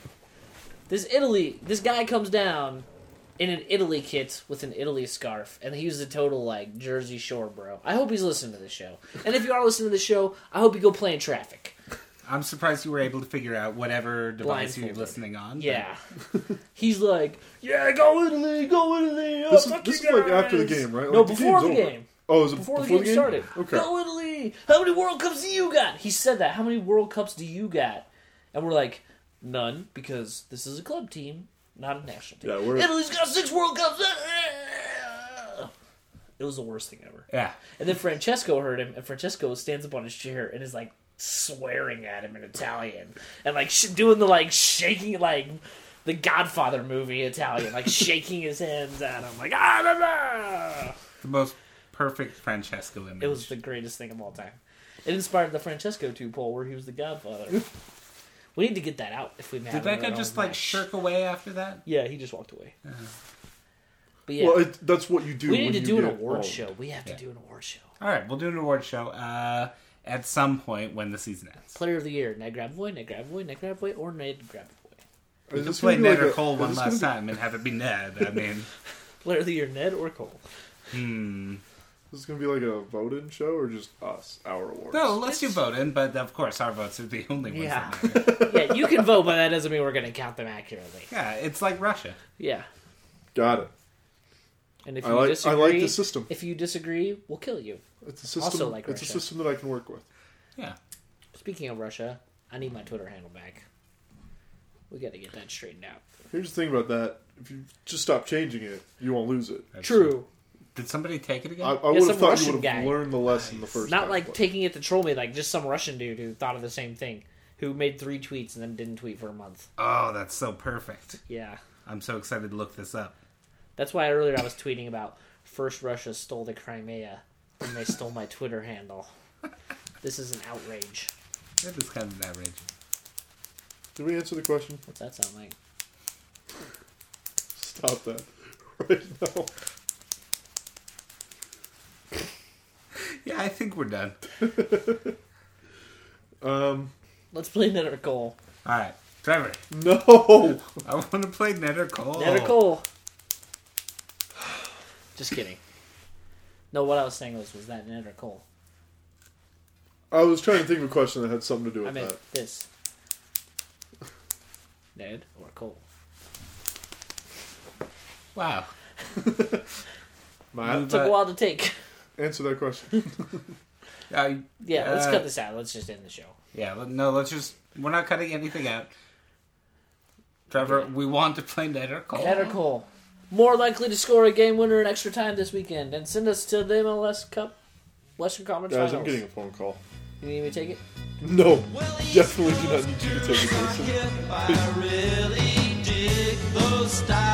A: this Italy, this guy comes down in an Italy kit with an Italy scarf, and he was a total like Jersey Shore bro. I hope he's listening to the show, and if you are listening to the show, I hope you go play in traffic.
B: I'm surprised you were able to figure out whatever device you're
A: Blindfolded.
B: listening on. but-
A: Yeah, he's like
E: Yeah, go Italy! Go Italy! Oh,
C: This, is,
E: fuck
C: this
E: you
C: is like
E: guys.
C: after the game, right?
A: No,
C: Like,
A: before
C: game's
A: the
C: over.
A: game.
C: Oh, is it
A: before, the game, started.
C: Okay.
A: Go Italy! How many World Cups do you got? He said that. How many World Cups do you got? And we're like, none, because this is a club team, not a national team.
C: Yeah, we're-
A: Italy's got six World Cups. It was the worst thing ever.
B: Yeah.
A: And then Francesco heard him, and Francesco stands up on his chair and is like, swearing at him in Italian and like sh- doing the like shaking like the Godfather movie Italian, like shaking his hands at him, like ah, blah, blah.
B: The most perfect Francesco image.
A: it was the greatest thing of all time. It inspired the Francesco two poll where he was the Godfather. we need to get that out if we
B: Did that guy just like shirk away after that?
A: Yeah, he just walked away. But yeah,
C: Well, it, that's what you do.
A: we need
C: when
A: to
C: you
A: do an
C: get
A: award
C: old.
A: show. We have to
B: Yeah.
A: do an award show.
B: All right, we'll do an award show uh, at some point when the season ends.
A: Player of the year, Ned Grabavoy, Ned Grabavoy, Ned Grabavoy, or Ned Grabavoy.
C: Is
B: Let's
C: this
B: play
C: gonna be
B: Ned
C: like
B: or
C: a-
B: Cole
C: is
B: one
C: this gonna
B: last
C: be-
B: time and have it be Ned. I mean,
A: Player of the year, Ned or Cole.
B: hmm.
C: Is this gonna be like a voting show or just us, our awards?
B: No, let's do voting, but of course our votes are the only ones.
A: Yeah.
B: That matter.
A: yeah, you can vote, but that doesn't mean we're going to count them accurately.
B: yeah, it's like Russia.
A: Yeah.
C: Got it.
A: And if
C: I
A: you
C: like- I
A: disagree,
C: like the system.
A: If you disagree, we'll kill you.
C: It's a system.
A: Also like
C: it's a
A: Russia.
C: system that I can work with.
B: Yeah.
A: Speaking of Russia, I need my Twitter handle back. We got to get that straightened out.
C: Here's the thing about that: if you just stop changing it, you won't lose it.
B: that's
A: True.
B: Did somebody take it again?
C: I, I
A: Yeah,
C: would
A: some
C: have thought
A: Russian
C: you would
A: guy.
C: have learned the lesson the first
A: Not
C: time,
A: like
C: but-
A: taking it to troll me, like just some Russian dude who thought of the same thing, who made three tweets and then didn't tweet for a month.
B: oh, that's so perfect.
A: Yeah.
B: I'm so excited to look this up.
A: That's why earlier I was tweeting about first Russia stole the Crimea, then they stole my Twitter handle. This is an outrage.
B: That is kind of an outrage.
C: Did we answer the question?
A: What's that sound like?
C: Stop that right now.
B: Yeah, I think we're done.
C: Um,
A: Let's play Ned or Cole.
B: All right, Trevor.
C: no.
B: I want to play Ned or Cole.
A: Ned or Cole. Just kidding. No, what I was saying was was that Ned or Cole.
C: I was trying to think of a question that had something to do with
A: I meant
C: that.
A: this. Ned or Cole.
B: Wow.
C: Matt,
A: Took a while to take.
C: answer that question.
B: Uh,
A: Yeah, let's
B: Uh,
A: cut this out. Let's just end the show.
B: yeah, let- no, let's just. We're not cutting anything out. Trevor, we want to play Ned or Cole.
A: Ned or Cole. More likely to score a game winner in extra time this weekend and send us to the MLS Cup Western Conference
C: Guys, I'm
A: Finals.
C: getting a phone call.
A: You need me to take it?
C: No, definitely do not need you to take a listen.
F: I really dig those styles.